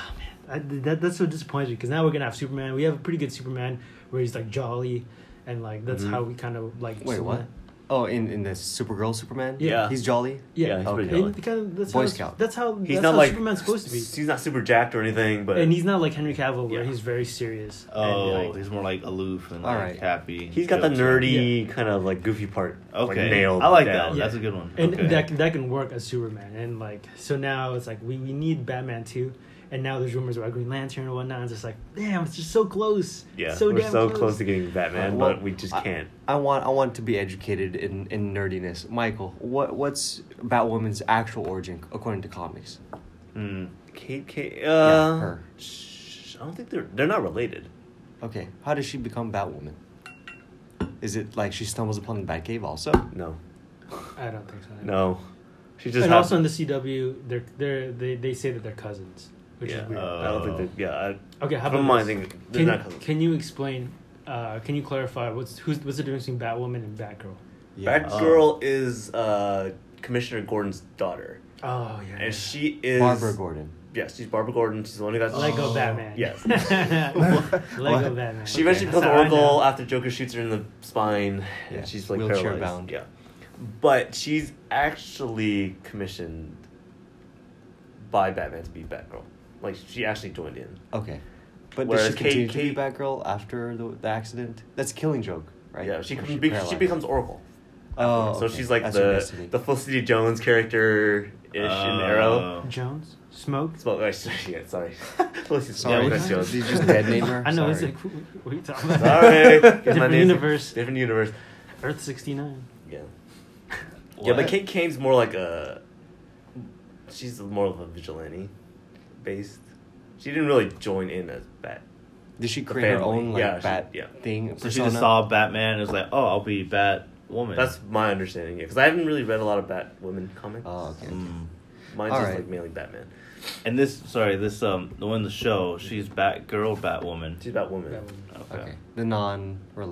Speaker 3: I, that that's so disappointing because now we're gonna have Superman. We have a pretty good Superman where he's like jolly, and like that's
Speaker 4: Mhm.
Speaker 3: how we kind of like
Speaker 1: Wait, what?
Speaker 3: Superman.
Speaker 1: Oh, in in this Supergirl Superman.
Speaker 4: Yeah.
Speaker 1: he's jolly.
Speaker 3: Yeah,
Speaker 4: Yeah, he's
Speaker 1: pretty
Speaker 3: And
Speaker 4: jolly.
Speaker 3: kind of, that's
Speaker 1: Boy
Speaker 3: how,
Speaker 1: Scout.
Speaker 3: That's how
Speaker 4: He's
Speaker 3: that's
Speaker 4: not
Speaker 3: how
Speaker 4: like
Speaker 3: Superman's supposed to be.
Speaker 4: He's not super jacked or anything, but
Speaker 3: and he's not like Henry Cavill, where
Speaker 4: Yeah.
Speaker 3: he's very serious.
Speaker 2: Oh,
Speaker 3: and, like,
Speaker 2: he's more like aloof and
Speaker 1: All
Speaker 2: like
Speaker 1: right.
Speaker 2: happy.
Speaker 4: he's got the
Speaker 2: Jokes.
Speaker 4: nerdy kind of like goofy part.
Speaker 2: Okay,
Speaker 4: Like, nailed.
Speaker 2: I like
Speaker 4: down.
Speaker 2: that. That's a good one.
Speaker 3: and
Speaker 2: okay.
Speaker 3: that that can work as Superman. And like, so now it's like we, we need Batman too. And now there's rumors about Green Lantern and whatnot. It's just like, damn, it's just so close.
Speaker 4: Yeah.
Speaker 3: so
Speaker 4: we're
Speaker 3: damn
Speaker 4: so close to getting
Speaker 2: Uh,
Speaker 4: Batman,
Speaker 1: Well,
Speaker 4: but we just
Speaker 1: I-
Speaker 4: can't.
Speaker 1: I want I want to be educated in, in nerdiness. Michael, what what's Batwoman's actual origin according to comics?
Speaker 2: Hmm.
Speaker 4: Kate, Kate, uh,
Speaker 1: her.
Speaker 4: sh- I don't think they're they're not related.
Speaker 1: Okay, how does she become Batwoman? Is it like she stumbles upon the Batcave also?
Speaker 4: No,
Speaker 3: I don't think so.
Speaker 4: no, she just
Speaker 3: And
Speaker 4: had-
Speaker 3: also in the CW, they're they're they, they say that they're cousins, which
Speaker 4: yeah, Oh.
Speaker 3: is weird.
Speaker 4: I don't think they. Yeah, I,
Speaker 3: okay, how
Speaker 4: from
Speaker 3: about
Speaker 4: my
Speaker 3: this?
Speaker 4: thing, they're
Speaker 3: Can,
Speaker 4: not cousins.
Speaker 3: can you explain? Uh, can you clarify what's who's what's the difference between Batwoman and Batgirl?
Speaker 4: Batgirl is uh, Commissioner Gordon's daughter,
Speaker 3: Oh yeah.
Speaker 4: and she is
Speaker 1: Barbara Gordon.
Speaker 4: Yeah, she's Barbara Gordon. She's the one who got
Speaker 3: Lego
Speaker 2: Oh.
Speaker 3: Batman.
Speaker 4: Yes.
Speaker 3: Lego
Speaker 1: What?
Speaker 3: Batman.
Speaker 4: She eventually
Speaker 3: That's
Speaker 4: becomes
Speaker 3: how I
Speaker 4: Oracle
Speaker 3: know.
Speaker 4: after Joker shoots her in the spine, and
Speaker 1: Yeah,
Speaker 4: she's like
Speaker 1: wheelchair
Speaker 4: paralyzed.
Speaker 1: bound.
Speaker 4: Yeah, but she's actually commissioned by Batman to be Batgirl. Like she actually joined in.
Speaker 1: Uh, Okay. But
Speaker 4: Whereas
Speaker 1: does she continue
Speaker 4: Kate-
Speaker 1: to be Batgirl after the, the accident? That's a killing joke, right?
Speaker 4: Yeah, she
Speaker 1: Or
Speaker 4: com- be- she
Speaker 1: paralyzed.
Speaker 4: becomes Oracle.
Speaker 1: Oh,
Speaker 4: so
Speaker 1: okay.
Speaker 4: she's like
Speaker 1: That's her
Speaker 4: the
Speaker 1: destiny.
Speaker 4: the Felicity Jones character ish in
Speaker 2: Oh.
Speaker 4: Arrow.
Speaker 3: Jones smoke.
Speaker 4: It's about- yeah, sorry. Felicity
Speaker 1: Sorry,
Speaker 4: Jones.
Speaker 3: Yeah,
Speaker 1: did you just deadname her?
Speaker 3: I know. It's
Speaker 1: Sorry.
Speaker 3: like who- what are you talking about?
Speaker 4: Sorry,
Speaker 2: Different
Speaker 4: Guess my name's-
Speaker 3: universe.
Speaker 4: Different universe.
Speaker 3: Earth sixty nine.
Speaker 4: Yeah. Yeah, but
Speaker 1: What?
Speaker 4: Kate Kane's more like a. She's more of a vigilante, based. She didn't really join in as Bat.
Speaker 1: Did she
Speaker 4: the
Speaker 1: create her
Speaker 4: family.
Speaker 1: own like
Speaker 4: Yeah, she-
Speaker 1: bat
Speaker 4: yeah.
Speaker 1: thing?
Speaker 2: So she just saw Batman and was like, "Oh, I'll be Batwoman."
Speaker 4: That's my understanding. Yeah, because I haven't really read a lot of Batwoman comics.
Speaker 1: Oh, okay.
Speaker 2: Mm.
Speaker 4: Mine's
Speaker 1: All
Speaker 4: just
Speaker 1: right.
Speaker 4: like mainly Batman.
Speaker 2: And this, sorry, this um, the one in the show, she's Batgirl, Batwoman.
Speaker 4: She's Batwoman.
Speaker 2: Okay.
Speaker 1: Okay. The non
Speaker 2: The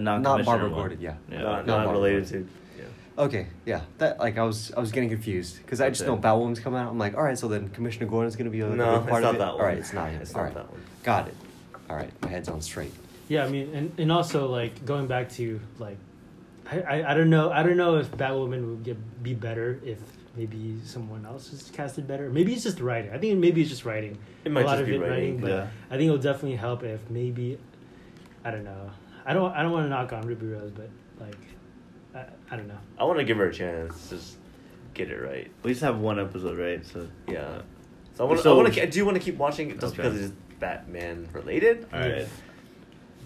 Speaker 1: not
Speaker 2: non-commissioner
Speaker 1: Barbara
Speaker 2: one.
Speaker 1: Gordon, yeah.
Speaker 2: Yeah.
Speaker 4: Not,
Speaker 1: No,
Speaker 4: not
Speaker 1: Barbara
Speaker 4: related to.
Speaker 1: Gordon.
Speaker 4: Yeah.
Speaker 1: Okay, yeah. That like I was I was getting confused because I just
Speaker 2: Okay.
Speaker 1: know Batwoman's coming out. I'm like, all right, so then Commissioner Gordon's gonna be a
Speaker 4: No,
Speaker 1: big
Speaker 4: it's
Speaker 1: part
Speaker 4: not
Speaker 1: of it.
Speaker 4: that
Speaker 1: All
Speaker 4: one.
Speaker 1: right, it's not him.
Speaker 4: It's
Speaker 1: All
Speaker 4: not
Speaker 1: right.
Speaker 4: that one.
Speaker 1: Got it. All right, my head's on straight.
Speaker 3: Yeah, I mean, and, and also like going back to like, I, I I don't know I don't know if Batwoman would get be better if maybe someone else is casted better. Maybe it's just writing. I think maybe it's just writing.
Speaker 4: It might
Speaker 3: a lot
Speaker 4: just
Speaker 3: of
Speaker 4: be
Speaker 3: it
Speaker 4: writing,
Speaker 3: but
Speaker 2: yeah.
Speaker 3: I think it'll definitely help if maybe, I don't know. I don't I don't want to knock on Ruby Rose, but like, I, I don't know.
Speaker 4: I want to give her a chance. Just get it right.
Speaker 2: We just have one episode, right? So
Speaker 4: Yeah. So I want. to
Speaker 2: So-
Speaker 4: I want to. I do want to keep watching it just
Speaker 2: Okay.
Speaker 4: because it's Batman related.
Speaker 2: All right.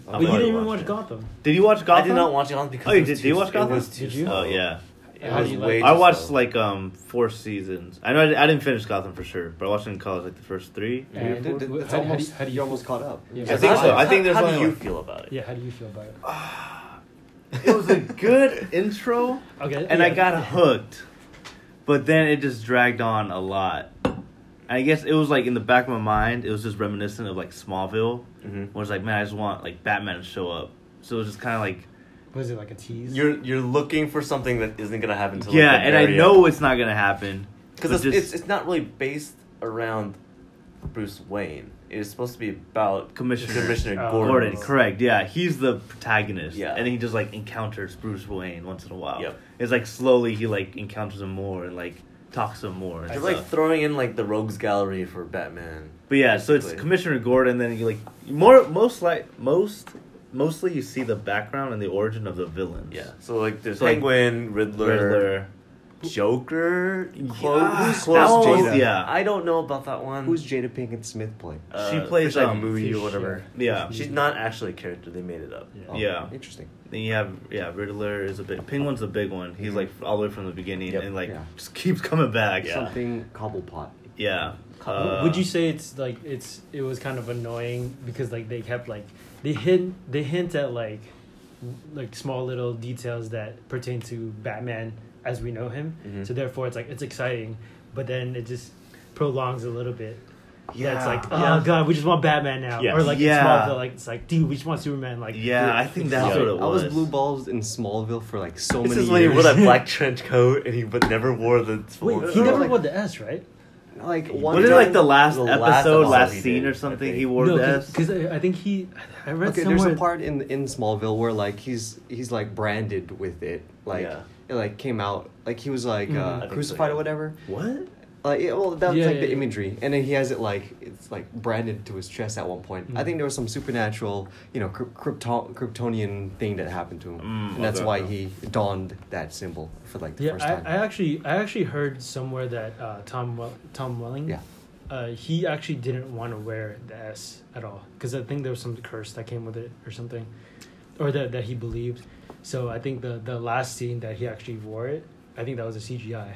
Speaker 3: But
Speaker 2: I'll
Speaker 3: you
Speaker 2: probably
Speaker 3: didn't even
Speaker 2: watch
Speaker 3: watch
Speaker 2: it.
Speaker 3: Gotham.
Speaker 2: Did you watch Gotham?
Speaker 4: I did not watch it on because
Speaker 2: Oh, you
Speaker 4: it was
Speaker 2: did- did
Speaker 4: too-
Speaker 2: you watch Gotham?
Speaker 4: It was too
Speaker 3: Did you?
Speaker 4: slow.
Speaker 2: Oh yeah.
Speaker 4: It
Speaker 3: How do
Speaker 4: was
Speaker 3: you
Speaker 4: way
Speaker 3: like-
Speaker 4: too
Speaker 2: I watched
Speaker 4: slow.
Speaker 2: like um four seasons. I know I, di- I didn't finish Gotham for sure, but I watched it in college like the first three.
Speaker 3: Yeah, And dude, that's how do you- almost- how do you-
Speaker 1: are almost caught up.
Speaker 3: Yeah.
Speaker 2: I think so. I think there's
Speaker 4: how
Speaker 2: only
Speaker 4: do you
Speaker 2: like-
Speaker 4: feel about it?
Speaker 3: Yeah, how do you feel about it?
Speaker 2: It was a good intro,
Speaker 3: Okay,
Speaker 2: and I
Speaker 3: yeah.
Speaker 2: got hooked, but then it just dragged on a lot. I guess it was like in the back of my mind, it was just reminiscent of like Smallville,
Speaker 4: Mhm.
Speaker 2: where it's like, man, I just want like Batman to show up. So it was just kind of like,
Speaker 3: Was it like a tease?
Speaker 4: You're you're looking for something that isn't gonna happen until
Speaker 2: yeah, and I know it's not gonna happen but
Speaker 4: because it's,
Speaker 2: just-
Speaker 4: it's it's not really based around Bruce Wayne. It's supposed to be about
Speaker 2: Commissioner-
Speaker 4: Commissioner
Speaker 3: Oh.
Speaker 4: Gordon.
Speaker 2: Gordon, correct? Yeah, he's the protagonist.
Speaker 4: Yeah.
Speaker 2: and he just like encounters Bruce Wayne once in a while.
Speaker 4: Yep.
Speaker 2: It's like slowly he like encounters him more and like talks to him more. and
Speaker 4: They're like
Speaker 2: stuff.
Speaker 4: throwing in like the Rogues Gallery for Batman.
Speaker 2: But yeah, so it's
Speaker 4: Basically.
Speaker 2: Commissioner Gordon. Then you like more most like most mostly you see the background and the origin of the villains.
Speaker 4: Yeah, so like there's
Speaker 2: Like-
Speaker 4: Penguin, Riddler,
Speaker 2: Riddler,
Speaker 4: Joker. Close,
Speaker 2: Yeah.
Speaker 1: Who's-
Speaker 4: close
Speaker 1: who's
Speaker 4: Jada.
Speaker 1: Jada?
Speaker 2: Yeah.
Speaker 4: I don't know about that one.
Speaker 1: Who's Jada Pinkett Smith play?
Speaker 4: Uh,
Speaker 2: She plays,
Speaker 4: it's like
Speaker 2: um,
Speaker 4: a movie
Speaker 3: Fish,
Speaker 4: or whatever.
Speaker 2: Yeah.
Speaker 4: She's not actually a character. They made it up.
Speaker 1: Oh,
Speaker 2: Yeah.
Speaker 1: interesting.
Speaker 2: Then you have yeah, Riddler is a big Penguin's a big one. He's like all the way from the beginning
Speaker 4: Yep.
Speaker 2: and like
Speaker 1: Mm-hmm. Yeah.
Speaker 2: just keeps coming back. Yeah.
Speaker 1: Something cobblepot.
Speaker 2: Yeah.
Speaker 3: W-
Speaker 2: Uh,
Speaker 3: Would you say it's like it's it was kind of annoying because like they kept like they hint they hint at like w- like small little details that pertain to Batman as we know him.
Speaker 4: Mhm.
Speaker 3: So therefore, it's like it's exciting, but then it just prolongs a little bit. Yeah, it's like oh
Speaker 2: Yeah.
Speaker 3: god, we just want Batman now,
Speaker 4: Yes.
Speaker 3: or like
Speaker 2: Yeah.
Speaker 3: in Smallville, like it's like dude, we just want Superman. Like
Speaker 2: Yeah, I think
Speaker 3: it's
Speaker 2: that's
Speaker 3: just
Speaker 2: what
Speaker 3: like-
Speaker 2: it
Speaker 1: I was
Speaker 2: was.
Speaker 1: blue balls in Smallville for like so
Speaker 4: This
Speaker 1: many
Speaker 4: is when he
Speaker 1: years.
Speaker 4: wore that black trench coat and he but never wore the.
Speaker 3: Wait, he
Speaker 1: Smallville.
Speaker 3: never
Speaker 1: Like-
Speaker 3: wore the S, right?
Speaker 1: like one
Speaker 2: Wasn't it
Speaker 1: time-
Speaker 2: like the last
Speaker 4: The last
Speaker 2: episode,
Speaker 4: episode
Speaker 2: last
Speaker 4: he
Speaker 2: scene
Speaker 4: did,
Speaker 2: or
Speaker 4: I
Speaker 2: something?
Speaker 4: think.
Speaker 2: He wore
Speaker 3: No,
Speaker 2: this.
Speaker 3: because I I think he. I read
Speaker 1: okay,
Speaker 3: somewhere.
Speaker 1: there's a part in in Smallville where like he's he's like branded with it, like
Speaker 4: Yeah.
Speaker 1: it like came out like he was like
Speaker 3: Mhm. I
Speaker 1: uh,
Speaker 4: think so,
Speaker 1: crucified
Speaker 4: yeah.
Speaker 1: or whatever.
Speaker 2: What?
Speaker 1: Like yeah, well, that's
Speaker 3: Yeah,
Speaker 1: like
Speaker 3: yeah,
Speaker 1: the
Speaker 3: yeah.
Speaker 1: imagery, and then he has it like it's like branded to his chest at one point. I
Speaker 3: Mm.
Speaker 1: think there was some supernatural, you know, Kryp- Krypton- Kryptonian thing that happened to him,
Speaker 2: Mm,
Speaker 1: and that's
Speaker 2: okay,
Speaker 1: why
Speaker 2: okay.
Speaker 1: he donned that symbol for like the
Speaker 3: yeah,
Speaker 1: first
Speaker 3: I,
Speaker 1: time.
Speaker 3: I actually I actually heard somewhere that uh, Tom Wel- Tom Welling,
Speaker 1: yeah,
Speaker 3: uh, he actually didn't want to wear the S at all because I think there was some curse that came with it or something, or that that he believed. So I think the the last scene that he actually wore it, I think that was a CGI.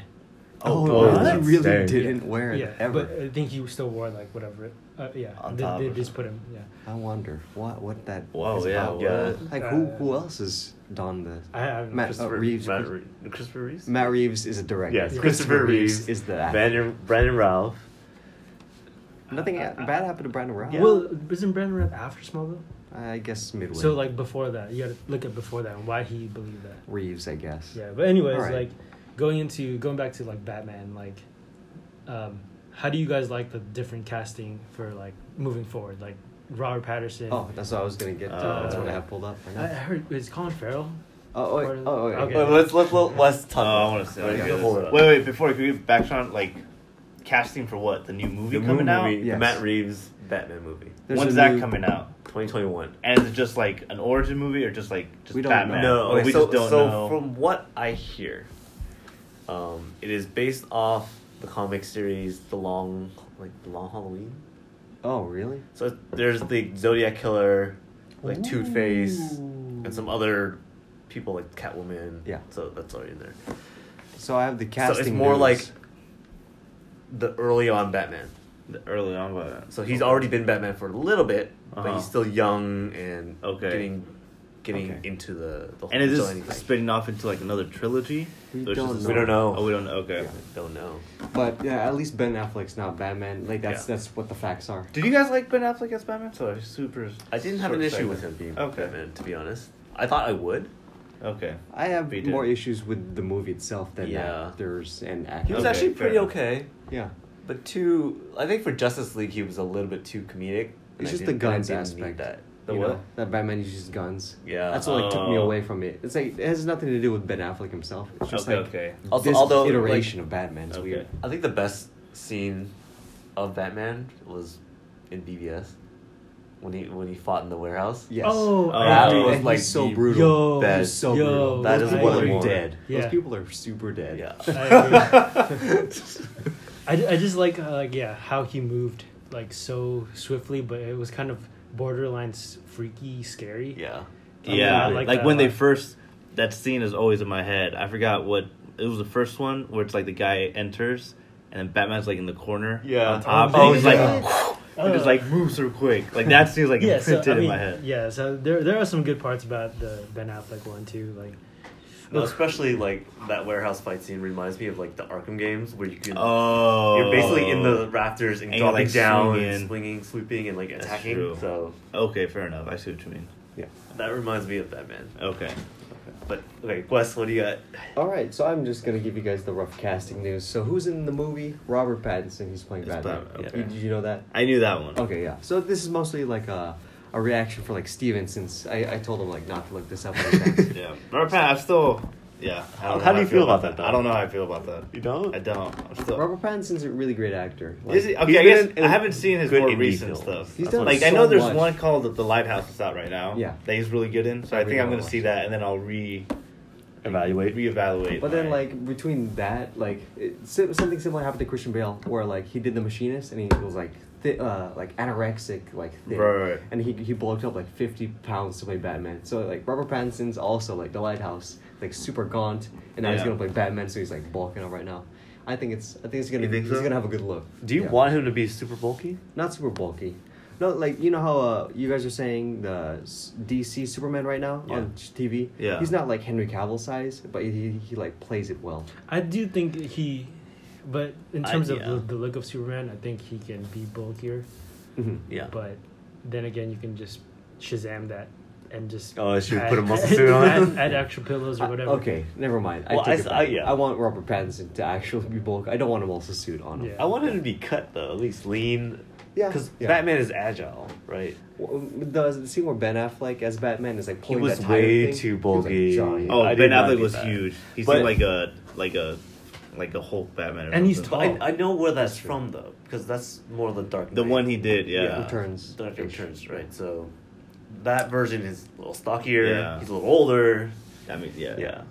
Speaker 4: Oh,
Speaker 1: Oh,
Speaker 2: what?
Speaker 1: he really
Speaker 4: Dang.
Speaker 1: didn't wear it
Speaker 3: yeah,
Speaker 1: ever.
Speaker 3: but I think he still wore like whatever. Uh, yeah,
Speaker 4: On
Speaker 3: they,
Speaker 4: top
Speaker 3: they
Speaker 4: of
Speaker 3: just
Speaker 4: it.
Speaker 3: put him. Yeah,
Speaker 1: I wonder what what that.
Speaker 2: Whoa,
Speaker 1: is
Speaker 2: yeah,
Speaker 1: about.
Speaker 2: what?
Speaker 1: Like who who else is donned the?
Speaker 3: I, I don't know.
Speaker 1: Matt-
Speaker 3: Just-
Speaker 1: Uh, Reeves- Mm,
Speaker 4: Matt Reeves. Christopher Reeves.
Speaker 1: Matt Reeves is a director.
Speaker 4: Yes,
Speaker 3: Yeah.
Speaker 4: Christopher Reeves
Speaker 1: is the actor.
Speaker 4: Brandon, Brandon Ralph.
Speaker 1: Nothing
Speaker 3: I- I-
Speaker 1: bad happened to Brandon Ralph.
Speaker 3: Well, isn't Brandon Rath after Smallville?
Speaker 1: I guess midway.
Speaker 3: So like before that, you got to look at before that and why he believed that.
Speaker 1: Reeves, I guess.
Speaker 3: Yeah, but anyways,
Speaker 1: Alright.
Speaker 3: like going into going back to like Batman, like um how do you guys like the different casting for like moving forward? Like Robert Patterson.
Speaker 1: Oh, that's what I was gonna get. to.
Speaker 2: Uh,
Speaker 1: that's what I have pulled up. Right
Speaker 3: I, I
Speaker 1: now.
Speaker 3: heard is Colin Farrell.
Speaker 1: Oh, wait,
Speaker 3: or-
Speaker 1: oh, wait,
Speaker 3: okay.
Speaker 1: okay.
Speaker 4: Wait, let's let's let's, let's
Speaker 2: Oh,
Speaker 4: talk.
Speaker 2: I
Speaker 4: about
Speaker 2: want
Speaker 4: it.
Speaker 2: to see.
Speaker 4: Let's
Speaker 1: okay,
Speaker 4: get-
Speaker 1: let's
Speaker 4: hold it up.
Speaker 2: Wait, wait. Before can we get back on like casting for what the new movie
Speaker 4: The
Speaker 2: coming
Speaker 4: Moon
Speaker 2: out?
Speaker 4: movie,
Speaker 1: Yes.
Speaker 4: the Matt Reeves Batman movie,
Speaker 1: There's
Speaker 2: When's
Speaker 1: a
Speaker 2: that
Speaker 1: new-
Speaker 2: coming out?
Speaker 4: 2021.
Speaker 2: And is it just like an origin movie or just like just
Speaker 1: We don't
Speaker 2: Batman?
Speaker 4: No,
Speaker 2: Or
Speaker 4: okay,
Speaker 2: we
Speaker 4: so,
Speaker 2: just don't
Speaker 4: so
Speaker 2: know.
Speaker 4: from what I hear, um, it is based off the comic series The Long, like The Long Halloween.
Speaker 1: Oh, really?
Speaker 4: So there's the Zodiac killer, like Two Face,
Speaker 1: Ooh.
Speaker 4: and some other people like Catwoman.
Speaker 1: Yeah.
Speaker 4: So that's already in there.
Speaker 1: So I have the casting.
Speaker 4: so it's more
Speaker 1: news.
Speaker 4: like the early on Batman.
Speaker 2: The early on, but
Speaker 4: So he's already been Batman for a little bit, but
Speaker 2: Uh-huh.
Speaker 4: he's still young and
Speaker 2: Okay.
Speaker 4: getting getting
Speaker 1: Okay.
Speaker 4: into the, the whole
Speaker 2: And is
Speaker 4: villainy
Speaker 2: this
Speaker 4: thing.
Speaker 2: spinning off into like another trilogy?
Speaker 1: We
Speaker 2: Or it's
Speaker 1: don't
Speaker 2: just-
Speaker 1: know.
Speaker 4: We don't know.
Speaker 2: Oh, we don't know. Okay.
Speaker 1: Yeah.
Speaker 4: Don't know.
Speaker 1: But yeah, at least Ben Affleck's not Batman. Like that's
Speaker 4: Yeah.
Speaker 1: that's what the facts are.
Speaker 2: Did you guys like Ben Affleck as Batman? So I super.
Speaker 4: I didn't have
Speaker 2: super
Speaker 4: an issue
Speaker 2: excited.
Speaker 4: with him being
Speaker 2: Okay.
Speaker 4: Batman, to be honest. I thought I would.
Speaker 2: Okay.
Speaker 1: I have
Speaker 2: We did.
Speaker 1: more issues with the movie itself than
Speaker 4: Yeah.
Speaker 1: actors and
Speaker 4: He
Speaker 1: actors.
Speaker 4: was
Speaker 2: Okay,
Speaker 4: actually
Speaker 2: fair
Speaker 4: pretty
Speaker 2: enough.
Speaker 4: okay,
Speaker 1: yeah.
Speaker 4: but too. I think for Justice League, he was a little bit too comedic. and
Speaker 1: It's just
Speaker 4: I
Speaker 1: the
Speaker 4: didn't- and I
Speaker 1: guns
Speaker 4: didn't need
Speaker 1: aspect.
Speaker 4: That.
Speaker 2: The
Speaker 1: you
Speaker 2: what?
Speaker 1: Know, that Batman uses guns.
Speaker 4: Yeah.
Speaker 1: That's what like took me
Speaker 2: Oh.
Speaker 1: away from it. It's like it has nothing to do with Ben Affleck himself. It's just
Speaker 2: Okay,
Speaker 1: like
Speaker 2: okay.
Speaker 4: Also-
Speaker 1: this
Speaker 4: although, like-
Speaker 1: iteration of Batman. It's
Speaker 2: Okay.
Speaker 1: weird.
Speaker 4: I think the best scene of Batman was in BVS when he when he fought in the warehouse.
Speaker 1: Yes.
Speaker 3: Oh,
Speaker 2: Oh,
Speaker 4: That
Speaker 2: dude,
Speaker 4: was
Speaker 1: and
Speaker 4: like
Speaker 1: he's so
Speaker 4: the
Speaker 1: brutal.
Speaker 3: Yo,
Speaker 4: best-
Speaker 1: He's so
Speaker 3: yo,
Speaker 1: brutal.
Speaker 4: That
Speaker 1: Those
Speaker 4: is
Speaker 1: people
Speaker 4: one
Speaker 1: are
Speaker 4: more.
Speaker 1: dead.
Speaker 3: Yeah.
Speaker 1: Those people are super dead.
Speaker 4: Yeah.
Speaker 3: I, agree. I, I just like uh, like yeah how he moved like so swiftly, but it was kind of borderline s- freaky, scary.
Speaker 4: Yeah.
Speaker 3: I mean,
Speaker 2: yeah,
Speaker 3: I
Speaker 2: like,
Speaker 3: like that
Speaker 2: when
Speaker 3: a
Speaker 2: they
Speaker 3: lot.
Speaker 2: first that scene is always in my head. I forgot what it was the first one where it's like the guy enters and then Batman's like in the corner.
Speaker 4: Yeah.
Speaker 2: on top,
Speaker 4: Oh,
Speaker 2: and he's like,
Speaker 1: yeah.
Speaker 2: and just like moves real quick. Like that scene's like
Speaker 3: yeah, so,
Speaker 2: imprinted
Speaker 3: I mean,
Speaker 2: in my head.
Speaker 3: yeah. So there there are some good parts about the Ben Affleck one too. Like,
Speaker 4: No, especially like that warehouse fight scene reminds me of like the Arkham games where you can
Speaker 2: Oh,
Speaker 4: you're basically in the rafters and,
Speaker 2: And you're,
Speaker 4: dropping
Speaker 2: like,
Speaker 4: down
Speaker 2: swinging.
Speaker 4: and swinging, swooping, and like
Speaker 2: That's
Speaker 4: attacking.
Speaker 2: true.
Speaker 4: So
Speaker 2: Okay, fair enough. I see what you mean.
Speaker 1: Yeah.
Speaker 4: that reminds me of Batman.
Speaker 2: Okay.
Speaker 4: But okay, Wes, what do you got?
Speaker 1: All right, so I'm just gonna give you guys the rough casting news. So who's in the movie? Robert Pattinson. He's playing
Speaker 2: It's
Speaker 1: Batman.
Speaker 2: Batman,
Speaker 1: Yeah.
Speaker 2: okay.
Speaker 1: You- Did you know that?
Speaker 2: I knew that one.
Speaker 1: Okay, yeah. So this is mostly like a, a reaction for like Steven since I, I told him like not to look this up. on the text.
Speaker 2: Yeah. Robert Pat, I'm still yeah. I don't know
Speaker 4: How do
Speaker 2: I
Speaker 4: you feel about that,
Speaker 2: I
Speaker 4: though?
Speaker 2: don't know how I feel about that.
Speaker 4: don't.
Speaker 2: I don't. I'm still
Speaker 1: Robert Pattinson's a really great actor.
Speaker 2: Is he?
Speaker 4: he's
Speaker 2: Okay, I
Speaker 4: been
Speaker 2: guess
Speaker 4: in-
Speaker 2: I haven't seen his
Speaker 4: good
Speaker 2: more
Speaker 4: indie
Speaker 2: recent
Speaker 4: films.
Speaker 2: stuff.
Speaker 1: He's
Speaker 2: That's
Speaker 1: done
Speaker 2: what- like I
Speaker 1: so
Speaker 2: know there's
Speaker 1: much.
Speaker 2: one called The Lighthouse that's out right now.
Speaker 1: Yeah.
Speaker 2: that he's really good in. So I
Speaker 1: Every
Speaker 2: think I'm
Speaker 1: now
Speaker 2: gonna
Speaker 1: and
Speaker 2: see
Speaker 1: then.
Speaker 2: that, and then I'll re.
Speaker 4: Evaluate.
Speaker 2: reevaluate.
Speaker 1: But then, like between that, like it, si- something similar happened to Christian Bale, where like he did The Machinist and he was like thi- uh, like anorexic, like thin,
Speaker 2: Right, right.
Speaker 1: and he he bulked up like fifty pounds to play Batman. So like Robert Pattinson's also like The Lighthouse, like super gaunt, and now he's
Speaker 2: Yeah.
Speaker 1: gonna play Batman, so he's like bulking up right now. I think it's I think it's gonna
Speaker 2: You think
Speaker 1: he's
Speaker 2: so?
Speaker 1: gonna have a good look.
Speaker 4: Do you
Speaker 1: Yeah.
Speaker 4: want him to be super bulky?
Speaker 1: not super bulky? No, like you know how uh, you guys are saying the s- DC Superman right now
Speaker 4: Yeah.
Speaker 1: on TV.
Speaker 2: Yeah.
Speaker 1: he's not like Henry Cavill size, but he, he, he like plays it well.
Speaker 3: I do think he, but in
Speaker 4: I-
Speaker 3: terms of
Speaker 4: yeah.
Speaker 3: the, the look of Superman, I think he can be bulkier.
Speaker 1: Mhm.
Speaker 4: Mm-hmm. Yeah.
Speaker 3: But then again, you can just Shazam that and just
Speaker 4: Oh, should we
Speaker 3: add-
Speaker 4: put a muscle suit on?
Speaker 3: add, add extra pillows or
Speaker 1: I-
Speaker 3: whatever.
Speaker 1: okay, never mind.
Speaker 4: Well,
Speaker 1: I,
Speaker 4: I
Speaker 1: take
Speaker 4: s-
Speaker 1: it
Speaker 4: I-
Speaker 1: back.
Speaker 4: yeah.
Speaker 1: I want Robert Pattinson to actually be bulk. I don't want him also suit on Oh, him.
Speaker 3: Yeah.
Speaker 4: I want him to be cut though, at least lean.
Speaker 1: Yeah.
Speaker 4: Because
Speaker 1: Yeah.
Speaker 4: Batman is agile, right?
Speaker 1: W- The, the scene where Ben Affleck as Batman is like pulling
Speaker 4: was
Speaker 1: that tire
Speaker 4: way
Speaker 1: thing,
Speaker 4: too
Speaker 1: he was,
Speaker 4: bulky.
Speaker 1: giant.
Speaker 2: oh,
Speaker 4: I did
Speaker 2: Ben
Speaker 4: not
Speaker 2: Affleck
Speaker 4: do
Speaker 2: was
Speaker 4: that.
Speaker 2: huge. He
Speaker 4: But-
Speaker 2: seemed like a like a like a Hulk Batman. or
Speaker 3: And he's
Speaker 2: something.
Speaker 3: tall.
Speaker 4: I, I know where that's, from though, because that's more the Dark.
Speaker 2: The
Speaker 4: Knight.
Speaker 2: one he did, yeah.
Speaker 4: Yeah,
Speaker 1: Returns.
Speaker 4: Dark Knight Returns, right? So that version is a little stockier.
Speaker 2: Yeah.
Speaker 4: He's a little older.
Speaker 2: I mean, yeah.
Speaker 4: Yeah.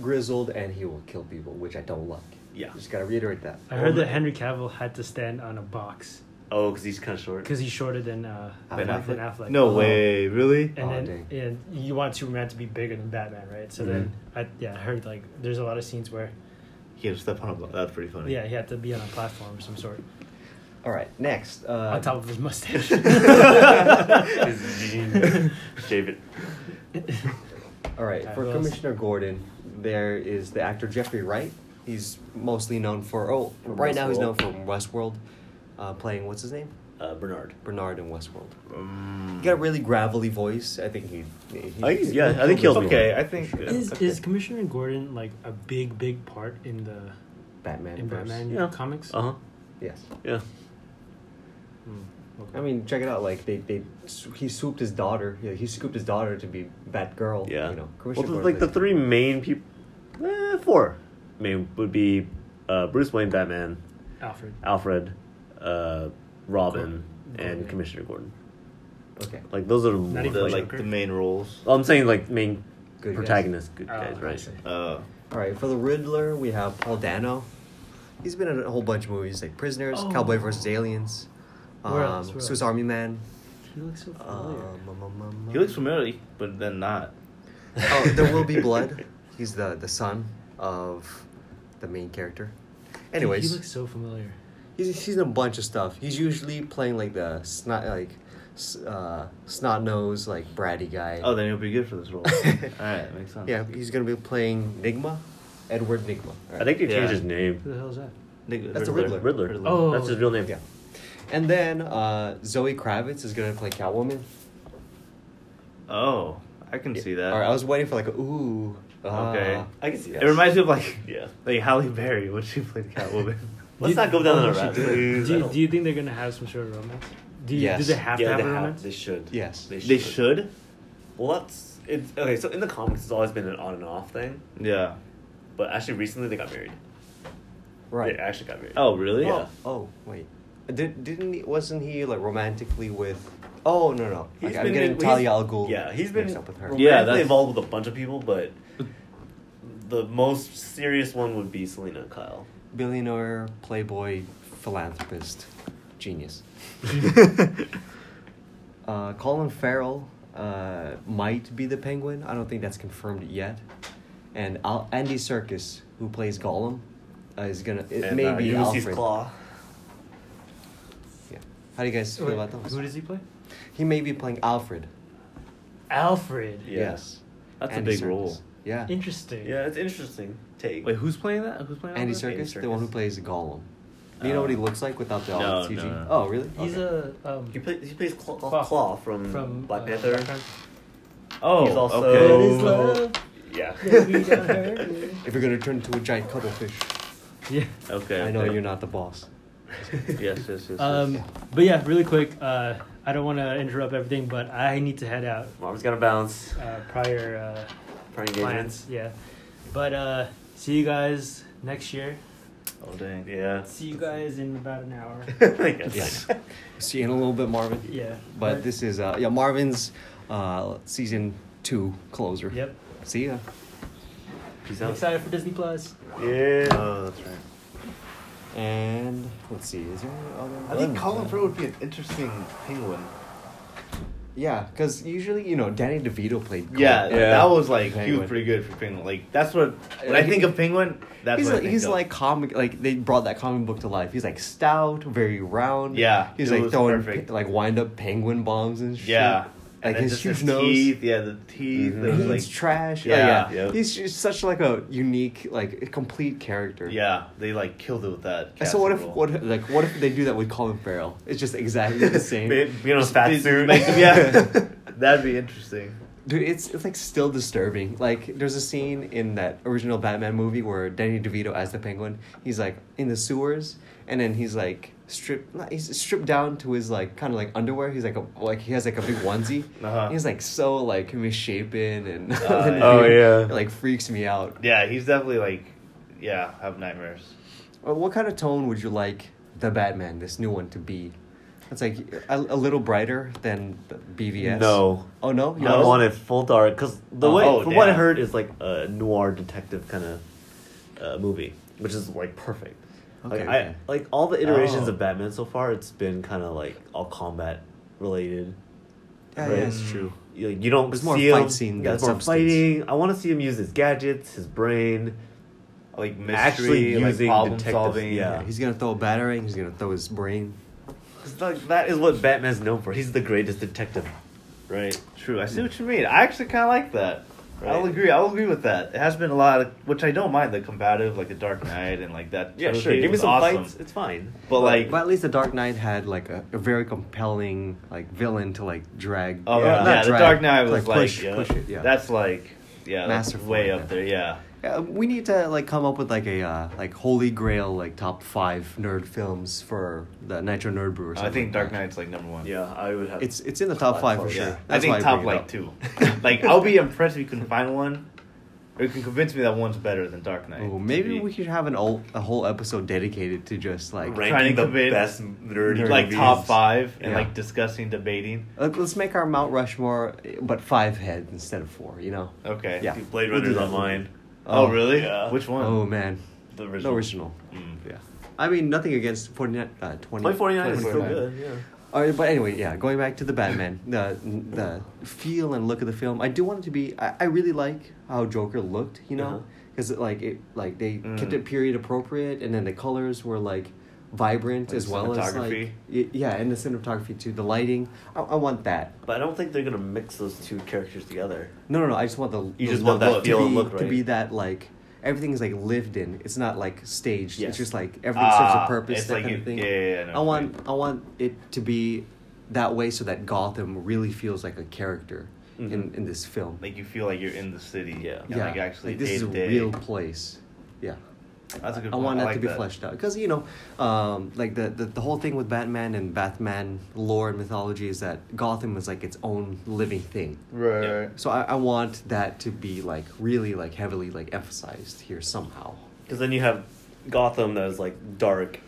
Speaker 1: grizzled, and he will kill people, which I don't like.
Speaker 4: Yeah.
Speaker 1: just gotta reiterate that.
Speaker 3: I heard that Henry Cavill had to stand on a box
Speaker 4: Oh, because he's kind of short.
Speaker 3: because he's shorter than uh,
Speaker 1: Ben
Speaker 3: than
Speaker 1: Affleck?
Speaker 3: Affleck.
Speaker 2: No
Speaker 1: Oh.
Speaker 2: way, really?
Speaker 1: Oh,
Speaker 3: And then and you want Superman to be bigger than Batman, right? So then I yeah I heard like there's a lot of scenes where
Speaker 2: He had to step on a block. That's pretty funny.
Speaker 3: yeah he had to be on a platform of some sort
Speaker 1: All right, next. Uh,
Speaker 3: on top of his mustache.
Speaker 4: His jeans. Shave it.
Speaker 1: All right,
Speaker 3: Okay,
Speaker 1: for
Speaker 3: who else?
Speaker 1: Commissioner Gordon, there is the actor Jeffrey Wright. He's mostly known for oh, right now he's known
Speaker 4: Westworld.
Speaker 1: for Westworld, uh, playing what's his name,
Speaker 4: Uh, Bernard.
Speaker 1: Bernard in Westworld.
Speaker 2: Mm.
Speaker 1: He got a really gravelly voice. I think he. he
Speaker 4: I think he's- yeah, I think he'll be
Speaker 2: Okay, I think.
Speaker 3: Is
Speaker 2: okay.
Speaker 3: is Commissioner Gordon like a big big part in the
Speaker 1: Batman.
Speaker 3: in
Speaker 1: verse.
Speaker 3: Batman
Speaker 4: Yeah.
Speaker 3: comics?
Speaker 4: Uh huh.
Speaker 1: Yes.
Speaker 4: Yeah.
Speaker 3: Hmm, okay.
Speaker 1: I mean, check it out. Like they, they, he swooped his daughter. Yeah, he scooped his daughter to be Batgirl.
Speaker 4: Yeah.
Speaker 1: You know,
Speaker 4: well,
Speaker 1: Commissioner
Speaker 4: the,
Speaker 1: Gordon
Speaker 4: like the
Speaker 1: is-
Speaker 4: three main people, eh, four main would be uh, Bruce Wayne, Batman,
Speaker 3: Alfred.
Speaker 4: Alfred, uh, Robin,
Speaker 3: Gordon.
Speaker 4: and
Speaker 3: Gordon.
Speaker 4: Commissioner Gordon.
Speaker 1: Okay.
Speaker 4: Like those are the,
Speaker 3: Not
Speaker 4: ones,
Speaker 3: even
Speaker 2: the,
Speaker 4: like,
Speaker 2: like the main roles.
Speaker 4: well, I'm saying like main
Speaker 1: Good guys.
Speaker 4: protagonists, good
Speaker 3: Oh,
Speaker 4: guys,
Speaker 3: I
Speaker 4: right?
Speaker 3: see.
Speaker 2: Uh,
Speaker 1: All right. For the Riddler, we have Paul Dano. He's been in a whole bunch of movies like Prisoners,
Speaker 3: Oh.
Speaker 1: Cowboy vs Aliens, um,
Speaker 3: Where else? Where
Speaker 1: Swiss
Speaker 3: else?
Speaker 1: Army Man.
Speaker 3: He looks so familiar.
Speaker 1: Um, um, um, um,
Speaker 2: he looks familiar, but then not.
Speaker 1: Oh, there will be blood. He's the the son of the main character.
Speaker 3: Dude,
Speaker 1: Anyways,
Speaker 3: he looks so familiar.
Speaker 1: he's he's in a bunch of stuff. He's usually playing like the snot like s- uh, snot nose like bratty guy.
Speaker 2: Oh, then he'll be good for this role. All right, makes sense.
Speaker 1: yeah, he's gonna be playing Nigma, Edward Nigma.
Speaker 4: I think they
Speaker 2: Yeah.
Speaker 4: changed his
Speaker 3: Who
Speaker 4: name.
Speaker 3: the hell is that?
Speaker 2: Nick-
Speaker 1: That's the
Speaker 4: Riddler.
Speaker 1: Riddler.
Speaker 3: Oh.
Speaker 4: That's his real name.
Speaker 1: Yeah. And then uh, Zoe Kravitz is gonna play Catwoman.
Speaker 2: Oh, I can see that.
Speaker 1: All right, I was waiting for like a ooh. ah.
Speaker 2: Okay.
Speaker 4: I can see that.
Speaker 2: It reminds me of like
Speaker 4: Yeah.
Speaker 2: like Halle Berry when she played Catwoman.
Speaker 4: Let's
Speaker 3: Do you-
Speaker 4: not go down
Speaker 3: oh,
Speaker 4: that
Speaker 3: she
Speaker 4: route,
Speaker 3: did.
Speaker 4: please. I
Speaker 3: Do you,
Speaker 4: don't-
Speaker 3: do you think they're gonna have some sort of romance? Do you,
Speaker 1: Yes.
Speaker 3: Do they have to
Speaker 4: Yeah,
Speaker 3: have
Speaker 4: they
Speaker 3: a
Speaker 4: have.
Speaker 3: romance?
Speaker 4: They should.
Speaker 1: Yes.
Speaker 2: they should.
Speaker 4: Well, that's it's okay. So in the comics, it's always been an on and off thing,
Speaker 2: Yeah.
Speaker 4: but actually recently they got married.
Speaker 1: Right.
Speaker 4: They actually got married.
Speaker 2: Oh, really?
Speaker 4: Yeah.
Speaker 1: Oh wait, did didn't he, wasn't he like romantically with? Oh no no,
Speaker 4: He's
Speaker 1: okay, I'm
Speaker 4: been
Speaker 1: getting
Speaker 4: in-
Speaker 1: Talia
Speaker 4: he's-
Speaker 1: al Ghul.
Speaker 4: Yeah, he's been
Speaker 1: mixed up with her.
Speaker 2: Yeah,
Speaker 4: romantically
Speaker 2: that's-
Speaker 4: involved with a bunch of people, but the most serious one would be Selena Kyle.
Speaker 1: Billionaire, playboy, philanthropist, genius. Uh, Colin Farrell uh, might be the Penguin. I don't think that's confirmed yet. And Al- Andy Serkis, who plays Gollum, uh, is gonna it
Speaker 4: And,
Speaker 1: may
Speaker 4: uh,
Speaker 1: be
Speaker 4: Ulysses
Speaker 1: Alfred.
Speaker 4: Claw.
Speaker 1: Yeah. How do you guys feel
Speaker 3: Wait,
Speaker 1: about those?
Speaker 3: Who does he play?
Speaker 1: He may be playing Alfred.
Speaker 3: Alfred.
Speaker 4: Yeah.
Speaker 1: Yes.
Speaker 2: That's a
Speaker 1: Andy
Speaker 2: big
Speaker 1: Serkis.
Speaker 2: role.
Speaker 1: Yeah.
Speaker 3: Interesting.
Speaker 4: Yeah, it's interesting take.
Speaker 2: Wait, who's playing that? Who's playing
Speaker 1: Andy
Speaker 2: Alfred?
Speaker 1: Serkis,
Speaker 4: Andy
Speaker 1: the one who
Speaker 4: Serkis.
Speaker 1: plays Gollum. Do you know what he
Speaker 2: Uh,
Speaker 1: looks like without the all
Speaker 2: no,
Speaker 1: the CG?
Speaker 2: no, no.
Speaker 1: Oh, really?
Speaker 3: He's
Speaker 1: Okay.
Speaker 3: a um,
Speaker 4: He, play, he plays Claw,
Speaker 3: Claw.
Speaker 4: Claw, from,
Speaker 3: from
Speaker 4: Black
Speaker 3: uh,
Speaker 4: Panther.
Speaker 3: Black Panther.
Speaker 2: Oh,
Speaker 4: He's also-
Speaker 2: okay.
Speaker 4: That is love. Yeah.
Speaker 1: If you're gonna turn into a giant cuttlefish,
Speaker 3: Yeah.
Speaker 2: Okay.
Speaker 1: I know
Speaker 2: okay.
Speaker 1: you're not the boss.
Speaker 2: yes, yes, yes. yes.
Speaker 3: Um, but yeah, really quick. Uh, I don't want to interrupt everything, but I need to head out.
Speaker 4: Mom's got to bounce.
Speaker 3: Uh, prior
Speaker 4: Prior
Speaker 3: uh, plans,
Speaker 4: engagements.
Speaker 3: yeah. But uh, see you guys next year.
Speaker 2: oh dang.
Speaker 4: Yeah.
Speaker 3: See you guys in about an hour.
Speaker 4: I guess.
Speaker 1: Yeah. See you in a little bit, Marvin.
Speaker 3: yeah.
Speaker 1: But this is uh yeah Marvin's uh season two closer.
Speaker 3: Yep.
Speaker 1: See ya.
Speaker 4: Peace
Speaker 3: I'm
Speaker 4: out.
Speaker 3: excited for Disney Plus.
Speaker 2: Yeah. Oh, that's right.
Speaker 1: And let's see, is there any other?
Speaker 2: I think Colin Farrell would be an interesting penguin.
Speaker 1: Yeah, because usually you know Danny DeVito played. Cole.
Speaker 2: Yeah,
Speaker 4: Yeah.
Speaker 2: that was like he
Speaker 1: Penguin.
Speaker 2: was pretty good for penguin. Like that's what when I
Speaker 1: He-
Speaker 2: think of penguin, that's
Speaker 1: he's
Speaker 2: what I
Speaker 1: like,
Speaker 2: think
Speaker 1: he's
Speaker 2: of.
Speaker 1: like comic like they brought that comic book to life. He's like stout, very round.
Speaker 2: Yeah,
Speaker 1: he's
Speaker 2: it
Speaker 1: like
Speaker 2: was
Speaker 1: throwing
Speaker 2: perfect.
Speaker 1: pe- like wind up penguin bombs and shit.
Speaker 2: yeah, And
Speaker 1: like
Speaker 2: then
Speaker 1: his
Speaker 2: just
Speaker 1: huge nose.
Speaker 2: teeth. Yeah, the teeth.
Speaker 4: Mhm.
Speaker 1: He
Speaker 2: It was
Speaker 1: eats
Speaker 2: like
Speaker 1: trash. Oh,
Speaker 2: Yeah,
Speaker 1: Yeah,
Speaker 2: yep.
Speaker 1: he's just such like a unique, like a complete character.
Speaker 2: yeah, they like killed it with that.
Speaker 1: And so what if
Speaker 2: casserole.
Speaker 1: what like what if they do that with Colin Farrell? It's just exactly the same.
Speaker 4: Be- be on a fat
Speaker 2: They-
Speaker 4: suit.
Speaker 2: make them- yeah, that'd be interesting.
Speaker 1: Dude, it's it's like still disturbing. Like there's a scene in that original Batman movie where Danny DeVito as the Penguin, he's like in the sewers, and then he's like stripped, not, he's stripped down to his like kind of like underwear. He's like a like he has like a big onesie.
Speaker 2: Uh-huh.
Speaker 1: He's like so like misshapen and,
Speaker 2: Uh,
Speaker 1: and
Speaker 2: Oh,
Speaker 1: weird.
Speaker 4: yeah.
Speaker 1: it, like freaks me out.
Speaker 2: Yeah, he's definitely like, yeah, have nightmares.
Speaker 1: Uh, What kind of tone would you like the Batman, this new one, to be? It's like a, a little brighter than the BVS.
Speaker 4: No.
Speaker 1: Oh no. You
Speaker 4: I
Speaker 1: don't?
Speaker 4: want it full dark because the
Speaker 1: Oh,
Speaker 4: way
Speaker 2: oh,
Speaker 4: from what I
Speaker 2: damn.
Speaker 4: heard is like a noir detective kind of uh, movie, which is like perfect.
Speaker 1: Okay,
Speaker 4: like, I,
Speaker 1: okay.
Speaker 4: like all the iterations
Speaker 2: Oh.
Speaker 4: of Batman so far, it's been kind of like all combat related.
Speaker 1: Yeah,
Speaker 4: right?
Speaker 1: yeah, it's true.
Speaker 4: You, you don't
Speaker 1: There's more
Speaker 4: see
Speaker 1: fight
Speaker 4: him-
Speaker 1: scene
Speaker 4: Yeah,
Speaker 1: than
Speaker 4: there's more
Speaker 1: substance.
Speaker 4: fighting. I want to see him use his gadgets, his brain.
Speaker 2: Like mystery,
Speaker 4: Actually using
Speaker 2: like problem
Speaker 4: detective-
Speaker 2: solving.
Speaker 1: Yeah, he's gonna throw a battering. He's gonna throw his brain.
Speaker 4: 'Cause, like, that is what Batman's known for. He's the greatest detective.
Speaker 2: Right. True. I see what you mean. I actually kind of like that. I'll
Speaker 4: Right.
Speaker 2: agree. I'll agree with that. It has been a lot, of, which I don't mind the combative, like the Dark Knight and like that.
Speaker 4: Yeah,
Speaker 2: trilogy
Speaker 4: sure. Give me
Speaker 2: was
Speaker 4: some
Speaker 2: awesome.
Speaker 4: fights. It's fine.
Speaker 2: But like,
Speaker 1: but at least the Dark Knight had like a, a very compelling like villain to like drag.
Speaker 2: oh
Speaker 4: Yeah.
Speaker 2: yeah,
Speaker 1: not
Speaker 2: the
Speaker 1: drag,
Speaker 2: Dark Knight
Speaker 1: to,
Speaker 2: was like,
Speaker 1: push,
Speaker 2: yeah,
Speaker 1: push it. Yeah,
Speaker 2: that's like, yeah, that's
Speaker 1: Masterful,
Speaker 2: way
Speaker 1: yeah.
Speaker 2: up there. Yeah.
Speaker 1: Yeah, we need to like come up with like a uh, like holy grail like top five nerd films for the Nitro Nerd Brew. Or
Speaker 2: I
Speaker 1: something
Speaker 2: think
Speaker 1: like
Speaker 2: Dark
Speaker 1: that.
Speaker 2: Knight's like number one.
Speaker 4: Yeah, I would have.
Speaker 1: It's it's in the top five for
Speaker 4: Yeah.
Speaker 1: sure.
Speaker 2: Yeah. I
Speaker 1: That's why
Speaker 2: think top
Speaker 1: bring it
Speaker 2: like
Speaker 1: up.
Speaker 2: two. like I'll be impressed if you can find one, or you can convince me that one's better than Dark Knight.
Speaker 1: Ooh,
Speaker 2: to
Speaker 1: Oh, maybe
Speaker 2: be-
Speaker 1: we should have an old, a whole episode dedicated to just like
Speaker 2: Right.
Speaker 4: ranking
Speaker 2: to
Speaker 4: the
Speaker 2: convince-
Speaker 4: best nerdy
Speaker 2: like
Speaker 4: movies.
Speaker 2: top five and
Speaker 1: Yeah. Uh,
Speaker 2: like discussing, debating.
Speaker 1: let- let's make our Mount Rushmore, eh, but five heads instead of four. You know.
Speaker 2: Okay.
Speaker 1: Yeah.
Speaker 4: Dude, Blade Runner's on mine.
Speaker 2: Oh,
Speaker 1: Oh.
Speaker 2: really?
Speaker 4: Yeah.
Speaker 2: Which one?
Speaker 1: Oh man,
Speaker 4: The
Speaker 1: the original.
Speaker 2: Mm.
Speaker 1: Yeah, I mean nothing against 49, uh, 20,
Speaker 4: Blade 49 is still
Speaker 1: 2049.
Speaker 4: good, yeah.
Speaker 1: All right, but anyway, yeah, going back to the Batman, the the feel and look of the film, I do want it to be. I, I really like how Joker looked, you
Speaker 4: Uh-huh.
Speaker 1: know, because like it like they kept
Speaker 2: Mm.
Speaker 1: it period appropriate, and then the colors were like vibrant
Speaker 2: Like
Speaker 1: as well as
Speaker 2: cinematography.
Speaker 1: like y- yeah, and the cinematography too, the lighting. I, I want that.
Speaker 4: But I don't think they're going to mix those two characters together.
Speaker 1: No, no, no. I just want the the
Speaker 4: You just
Speaker 1: look
Speaker 4: want that
Speaker 1: to
Speaker 4: feel
Speaker 1: be,
Speaker 4: and look,
Speaker 1: to
Speaker 4: right?
Speaker 1: be that like everything's like lived in. It's not like staged.
Speaker 4: Yes.
Speaker 1: It's just like everything serves a
Speaker 2: Ah,
Speaker 1: purpose.
Speaker 2: it's
Speaker 1: that
Speaker 2: like
Speaker 1: kind
Speaker 2: it-
Speaker 1: of thing.
Speaker 2: yeah, yeah, yeah, I know
Speaker 1: I
Speaker 2: what
Speaker 1: want
Speaker 2: you mean.
Speaker 1: I want it to be that way so that Gotham really feels like a character in
Speaker 4: Mhm.
Speaker 1: in this film.
Speaker 2: Mm-hmm. Like you feel like you're in the city.
Speaker 4: Yeah.
Speaker 2: And like actually
Speaker 1: this
Speaker 2: day
Speaker 1: is a
Speaker 2: to day.
Speaker 1: real place. Yeah.
Speaker 2: That's a good
Speaker 1: I
Speaker 2: point.
Speaker 1: want that
Speaker 2: like
Speaker 1: to be fleshed out because you know, um, like the, the the whole thing with Batman and Batman lore and mythology is that Gotham was like its own living thing.
Speaker 2: Right.
Speaker 4: Yeah.
Speaker 2: right.
Speaker 1: So I, I want that to be like really like heavily like emphasized here somehow.
Speaker 4: Because then you have Gotham that is like dark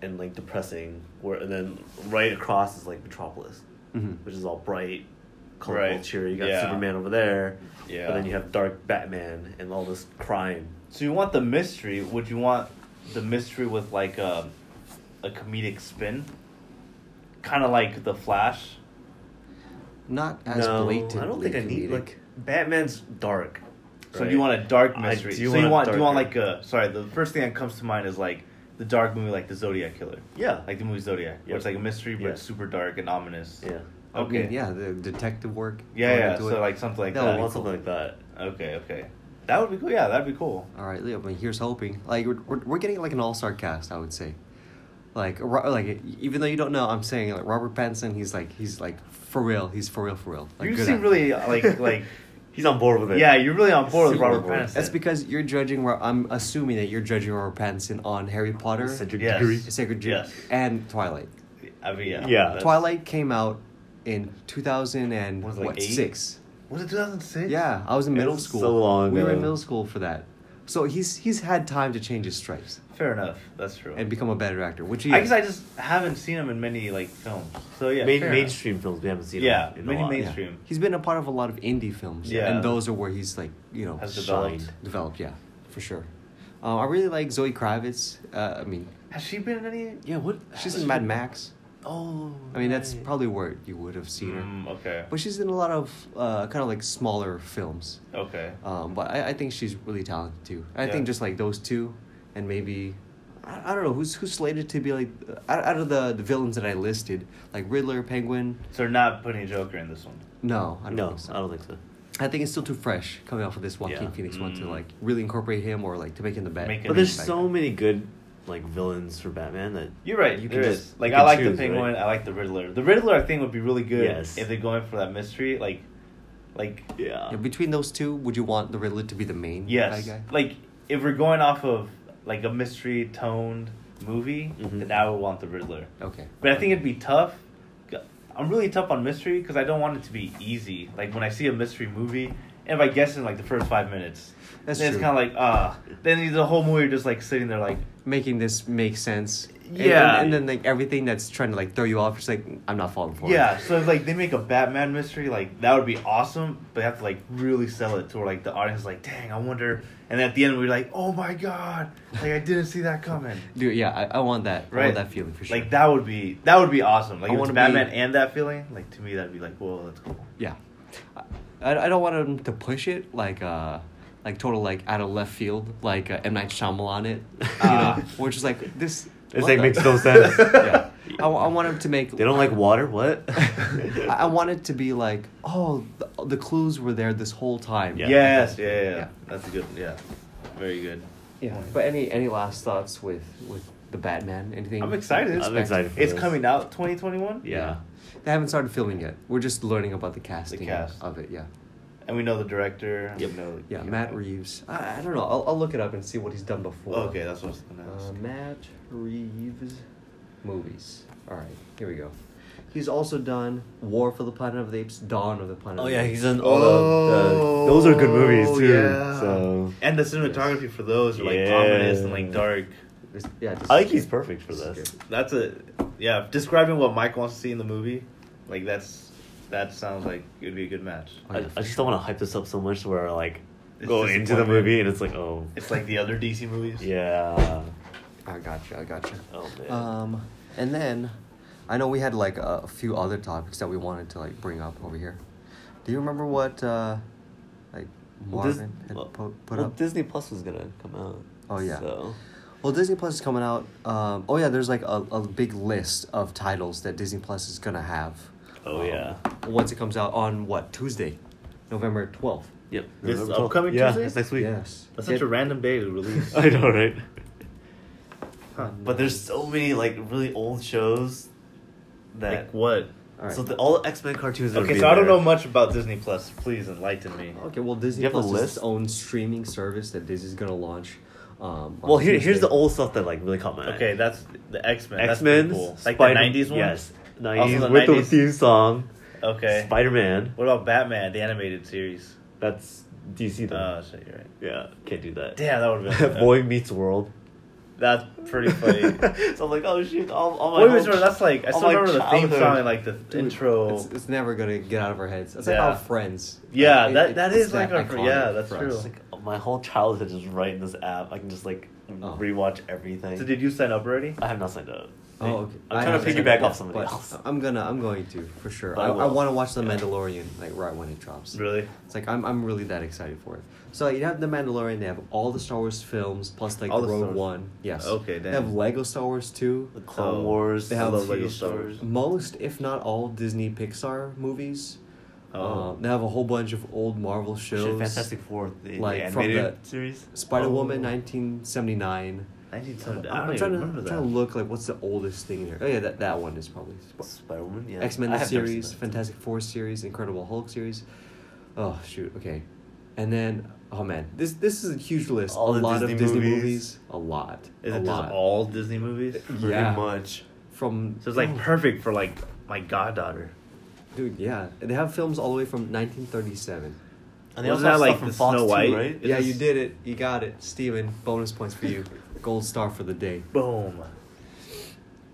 Speaker 4: and like depressing, where and then right across is like Metropolis,
Speaker 1: Mhm.
Speaker 2: Mm-hmm.
Speaker 4: which is all bright, colorful,
Speaker 2: Right.
Speaker 4: cheery. You got
Speaker 2: Yeah.
Speaker 4: Superman over there,
Speaker 2: Yeah.
Speaker 4: but then you have dark Batman and all this crime.
Speaker 2: So you want the mystery? Would you want the mystery with like a, a comedic spin? Kind of like the Flash.
Speaker 1: Not as
Speaker 4: no,
Speaker 1: blatant.
Speaker 4: I don't think I need like Batman's dark.
Speaker 2: So
Speaker 4: right?
Speaker 2: you want a dark
Speaker 4: I
Speaker 2: mystery.
Speaker 4: do
Speaker 2: so you
Speaker 4: want a
Speaker 2: want do you want like
Speaker 4: darker-
Speaker 2: a sorry, the first thing that comes to mind is like the dark movie like the Zodiac Killer.
Speaker 4: yeah,
Speaker 2: Like the movie Zodiac, where it's
Speaker 4: Yep.
Speaker 2: like a mystery but
Speaker 4: Yeah.
Speaker 2: it's super dark and ominous.
Speaker 4: yeah,
Speaker 1: okay.
Speaker 2: Okay.
Speaker 1: yeah, the detective work.
Speaker 2: Yeah,
Speaker 1: going
Speaker 2: yeah.
Speaker 1: into
Speaker 2: So like something like
Speaker 1: That
Speaker 4: I
Speaker 1: would
Speaker 2: that.
Speaker 1: be
Speaker 4: want something like that.
Speaker 2: Okay, okay. That would be cool. Yeah, that'd be cool.
Speaker 1: All right, Leo. I mean, here's hoping. Like we're, we're, we're getting like an all star cast, I would say. Like ro- like even though you don't know, I'm saying like Robert Pattinson. He's like he's like for real. He's for real for real. Like,
Speaker 2: you
Speaker 1: good
Speaker 2: seem
Speaker 1: actor.
Speaker 2: really like like
Speaker 4: He's on board with it.
Speaker 2: yeah, you're really on board with
Speaker 4: Super
Speaker 2: Robert
Speaker 4: bored.
Speaker 2: Pattinson.
Speaker 1: That's because you're judging. Ro- I'm assuming that you're judging Robert Pattinson on Harry Potter,
Speaker 4: Cedric
Speaker 2: Yes.
Speaker 4: Diggory.
Speaker 1: Sacred Ju-
Speaker 2: Yes.
Speaker 1: and Twilight.
Speaker 2: I mean, yeah.
Speaker 4: Yeah,
Speaker 2: that's-
Speaker 1: Twilight came out in 2000 and
Speaker 2: Was it like
Speaker 1: what
Speaker 2: eight?
Speaker 1: six?
Speaker 2: Was it 2006?
Speaker 1: Yeah, I was in middle
Speaker 4: It's
Speaker 1: school.
Speaker 4: so long
Speaker 1: We were in
Speaker 4: ago.
Speaker 1: middle school for that. So he's he's had time to change his stripes
Speaker 2: Fair enough. That's true.
Speaker 1: and become a better actor, which he
Speaker 2: I
Speaker 1: is.
Speaker 2: guess I just haven't seen him in many like films. So yeah,
Speaker 4: Main,
Speaker 2: fair enough.
Speaker 4: mainstream films we haven't seen.
Speaker 2: Yeah,
Speaker 4: in a
Speaker 2: many
Speaker 4: while.
Speaker 1: Yeah.
Speaker 2: mainstream.
Speaker 1: He's been a part of a lot of indie films,
Speaker 2: Yeah.
Speaker 1: and those are where he's like you know
Speaker 2: Has
Speaker 1: s-
Speaker 2: developed.
Speaker 4: shined.
Speaker 1: developed. Yeah, for sure. Uh, I really like Zoe Kravitz. Uh, I mean,
Speaker 2: Has she been in any?
Speaker 4: Yeah, what?
Speaker 1: she's in Mad Max.
Speaker 4: Oh.
Speaker 1: I mean, that's
Speaker 4: right.
Speaker 1: probably where you would have seen her.
Speaker 2: Mm, okay.
Speaker 1: But she's in a lot of uh, kind of like smaller films.
Speaker 2: Okay.
Speaker 1: Um, but I, I think she's really talented too. I
Speaker 2: Yeah.
Speaker 1: think just like those two, and maybe I, I don't know who's who's slated to be like uh, out, out of the, the villains that I listed, like Riddler, Penguin.
Speaker 2: So they're not putting a Joker in this one.
Speaker 1: No, I don't
Speaker 4: No,
Speaker 1: think so.
Speaker 4: I don't think so.
Speaker 1: I think it's still too fresh coming off of this Joaquin
Speaker 4: Yeah.
Speaker 1: Phoenix one to
Speaker 2: Mm.
Speaker 1: like really incorporate him or like to make him the best.
Speaker 2: Make him
Speaker 4: But there's
Speaker 2: Back
Speaker 4: so
Speaker 2: then.
Speaker 4: many good like villains for Batman that
Speaker 2: You're right.
Speaker 4: You
Speaker 2: You
Speaker 4: can just-
Speaker 2: like
Speaker 4: you
Speaker 2: I
Speaker 4: can
Speaker 2: like
Speaker 4: choose,
Speaker 2: the penguin.
Speaker 4: right?
Speaker 2: I like the Riddler. The Riddler I think would be really good
Speaker 4: Yes.
Speaker 2: if they're going for that mystery. Like, like
Speaker 4: yeah.
Speaker 1: Yeah, between those two, would you want the Riddler to be the main
Speaker 2: yes,
Speaker 1: bad guy?
Speaker 2: like if we're going off of like a mystery toned movie,
Speaker 4: Mhm.
Speaker 2: then I would want the Riddler.
Speaker 1: okay.
Speaker 2: But I think it'd be tough. I'm really tough on mystery because I don't want it to be easy. Like when I see a mystery movie, and if I guess in like the first five minutes,
Speaker 1: That's
Speaker 2: then it's
Speaker 1: true.
Speaker 2: kind of like ah. Then the whole movie you're just like sitting there like
Speaker 1: making this make sense. And-
Speaker 2: Yeah.
Speaker 1: and, and then like everything that's trying to like throw you off, it's like I'm not falling for it.
Speaker 2: Yeah, so if, like they make a Batman mystery, like that would be awesome, but they have to like really sell it to where like the audience is like, dang, I wonder. And at the end, we're like, oh my god, like I didn't see that coming.
Speaker 1: dude. Yeah, I, I want that. I
Speaker 2: Right.
Speaker 1: want that feeling for sure.
Speaker 2: Like that would be that would be awesome. Like
Speaker 1: I
Speaker 2: if it's
Speaker 1: wanna
Speaker 2: Batman
Speaker 1: be-
Speaker 2: and that feeling, like to me that'd be like, whoa, that's cool.
Speaker 1: Yeah, I, I don't want him to push it like uh like total like out of left field like uh, M Night Shyamalan it. You
Speaker 2: Ah.
Speaker 1: know, we're just like this. what
Speaker 4: It's like
Speaker 1: the-
Speaker 4: makes no sense.
Speaker 1: yeah, I, wa- I want him to make.
Speaker 4: They don't like water. What?
Speaker 1: I, I want it to be like, oh, the, the clues were there this whole time.
Speaker 4: Yeah.
Speaker 2: Yes, yeah, yeah, yeah.
Speaker 1: Yeah.
Speaker 2: that's a good, yeah, very good.
Speaker 1: yeah. But any any last thoughts with with the Batman? Anything?
Speaker 2: I'm excited.
Speaker 4: I'm excited. For
Speaker 2: It's
Speaker 4: this.
Speaker 2: coming out 2021.
Speaker 4: Yeah.
Speaker 1: They haven't started filming yet. We're just learning about the casting
Speaker 2: cast.
Speaker 1: of it. Yeah.
Speaker 2: and we know the director.
Speaker 4: Yep.
Speaker 2: We know,
Speaker 1: Yeah, Matt Reeves. I, I don't know. I'll, I'll look it up and see what he's done before.
Speaker 2: Okay, that's what I was gonna ask.
Speaker 1: Uh, Matt Reeves movies. All right, here we go. He's also done War for the Planet of the Apes, Dawn of the Planet.
Speaker 4: Oh
Speaker 1: of
Speaker 4: yeah,
Speaker 1: the
Speaker 4: he's
Speaker 1: Apes.
Speaker 4: done all of the. Those are good movies too.
Speaker 2: Oh, yeah.
Speaker 4: So
Speaker 2: And the cinematography for those are like
Speaker 4: Yeah.
Speaker 2: ominous and like dark.
Speaker 1: This- yeah, this-
Speaker 4: I think he's perfect for this.
Speaker 2: That's a yeah. Describing what Mike wants to see in the movie, like that's that sounds like it would be a good match.
Speaker 1: Oh, yeah,
Speaker 4: I, I just don't want to hype this up so much where I, like
Speaker 2: It's
Speaker 4: go into the
Speaker 2: disappointment.
Speaker 4: movie and it's like oh
Speaker 2: It's like the other DC movies.
Speaker 4: yeah
Speaker 1: I gotcha. I gotcha.
Speaker 4: oh man
Speaker 1: Um, and then, I know we had like a, a few other topics that we wanted to like bring up over here. Do you remember what uh, like
Speaker 4: Well, Dis-
Speaker 1: Marvin
Speaker 4: well-
Speaker 1: had put, put
Speaker 4: well,
Speaker 1: up?
Speaker 4: Disney Plus was gonna come out.
Speaker 1: Oh, yeah.
Speaker 4: So
Speaker 1: Well, Disney Plus is coming out. Um, oh yeah, there's like a, a big list of titles that Disney Plus is gonna have.
Speaker 4: Oh,
Speaker 1: um,
Speaker 4: yeah.
Speaker 1: Once it comes out on what Tuesday, November twelfth.
Speaker 4: yep.
Speaker 2: This
Speaker 4: November 12th.
Speaker 2: upcoming
Speaker 4: yeah,
Speaker 2: Tuesday?
Speaker 4: it's next week.
Speaker 1: Yes.
Speaker 2: That's such
Speaker 1: Get-
Speaker 2: a random day to release.
Speaker 4: I know, right?
Speaker 2: Huh.
Speaker 4: But there's so many like really old shows that
Speaker 2: Like what?
Speaker 1: All right.
Speaker 4: so the, all X Men cartoons. are
Speaker 2: Okay,
Speaker 4: be
Speaker 2: so I don't
Speaker 4: there.
Speaker 2: know much about Disney Plus. Please enlighten me.
Speaker 1: okay, well Disney
Speaker 4: You have a
Speaker 1: Plus is
Speaker 4: list?
Speaker 1: its own streaming service that Disney's gonna launch. Um, on
Speaker 4: Well, here, here's
Speaker 1: Tuesday.
Speaker 4: the old stuff that like really caught my eye.
Speaker 2: Okay, that's the X Men.
Speaker 4: X Men,
Speaker 2: cool. like
Speaker 4: Spider-
Speaker 2: the '90s one.
Speaker 4: Yes,
Speaker 2: Also
Speaker 4: nineties
Speaker 2: the
Speaker 4: with the
Speaker 2: 90s.
Speaker 4: theme song.
Speaker 2: Okay.
Speaker 4: Spider Man.
Speaker 2: what about Batman, the animated series?
Speaker 4: That's DC though.
Speaker 2: Oh shit, you're right.
Speaker 4: yeah, can't do that.
Speaker 2: Damn, that would have been
Speaker 4: Boy Meets World.
Speaker 2: That's pretty funny.
Speaker 4: so I'm like, oh shit, all, all my.
Speaker 2: Boy
Speaker 4: whole-
Speaker 2: Meets World, that's like I
Speaker 4: all
Speaker 2: still
Speaker 4: my
Speaker 2: remember the theme
Speaker 4: childhood.
Speaker 2: song and like the
Speaker 1: Dude,
Speaker 2: intro.
Speaker 1: It's, it's never gonna get out of our heads. It's
Speaker 2: Yeah.
Speaker 1: like our friends.
Speaker 2: Yeah,
Speaker 1: Like,
Speaker 2: that- that
Speaker 1: it's
Speaker 2: is like our-
Speaker 1: iconic
Speaker 2: yeah, that's
Speaker 1: for
Speaker 2: true.
Speaker 1: us.
Speaker 4: Like, oh, my whole childhood is right in this app. I can just like
Speaker 1: Oh.
Speaker 4: rewatch everything.
Speaker 2: So did you sign up already?
Speaker 4: I have not signed up.
Speaker 1: Oh, okay.
Speaker 4: I'm
Speaker 1: I
Speaker 4: trying to
Speaker 1: haven't-
Speaker 4: piggyback
Speaker 1: yeah,
Speaker 4: off somebody
Speaker 1: but
Speaker 4: else.
Speaker 1: I'm gonna, I'm going to for sure.
Speaker 4: But I
Speaker 1: I, I
Speaker 4: will.
Speaker 1: want to watch The
Speaker 4: Yeah.
Speaker 1: Mandalorian like right when it drops.
Speaker 2: Really?
Speaker 1: It's like I'm, I'm really that excited for it. So you have The Mandalorian. They have all the Star Wars films plus like
Speaker 2: All the Star
Speaker 1: Rogue
Speaker 2: Wars.
Speaker 1: One. Yes.
Speaker 2: Okay,
Speaker 1: They
Speaker 2: damn.
Speaker 1: have Lego Star Wars two.
Speaker 4: The Clone
Speaker 2: Oh,
Speaker 4: Wars.
Speaker 1: they have
Speaker 4: the
Speaker 1: Lego
Speaker 4: TV
Speaker 2: Star Wars.
Speaker 1: Most, if not all, Disney Pixar movies.
Speaker 2: Oh.
Speaker 1: Um, they have a whole bunch of old Marvel
Speaker 4: Shit,
Speaker 1: shows.
Speaker 4: Fantastic Four. The,
Speaker 1: like,
Speaker 4: the
Speaker 1: from
Speaker 4: animated
Speaker 1: the-
Speaker 4: series.
Speaker 1: Spider Woman,
Speaker 4: Oh.
Speaker 1: nineteen seventy nine.
Speaker 2: I
Speaker 1: I'm
Speaker 2: don't
Speaker 1: I'm
Speaker 2: even
Speaker 1: trying to,
Speaker 2: remember
Speaker 1: I'm
Speaker 2: that.
Speaker 1: trying to look like what's the oldest thing in here. Oh yeah, that, that one is probably
Speaker 4: Spider Woman. Yeah.
Speaker 1: X Men
Speaker 4: I
Speaker 1: the
Speaker 4: have never seen
Speaker 1: series,
Speaker 4: that.
Speaker 1: Fantastic Four series, Incredible Hulk series. Oh shoot, okay, and then oh man, this this is a huge list.
Speaker 4: All
Speaker 1: a
Speaker 4: the
Speaker 1: lot
Speaker 4: Disney
Speaker 1: of Disney
Speaker 4: movies.
Speaker 1: movies. a lot,
Speaker 2: Is
Speaker 1: a
Speaker 2: it
Speaker 1: lot. Uh,
Speaker 2: just all Disney movies?
Speaker 4: Pretty
Speaker 1: Yeah.
Speaker 4: much.
Speaker 1: from Oh.
Speaker 2: So it's
Speaker 4: Oh.
Speaker 2: like perfect for like my goddaughter.
Speaker 1: dude, yeah, they have films all the way from nineteen thirty seven.
Speaker 4: I And they
Speaker 2: Wasn't
Speaker 4: also have
Speaker 2: that,
Speaker 4: stuff
Speaker 2: like,
Speaker 4: from
Speaker 2: the
Speaker 4: Fox
Speaker 2: Snow
Speaker 4: too,
Speaker 2: White?
Speaker 4: right?
Speaker 2: Is
Speaker 1: yeah,
Speaker 2: this-
Speaker 1: you did it. You got it, Steven. Bonus points for you. Gold star for the day.
Speaker 2: Boom.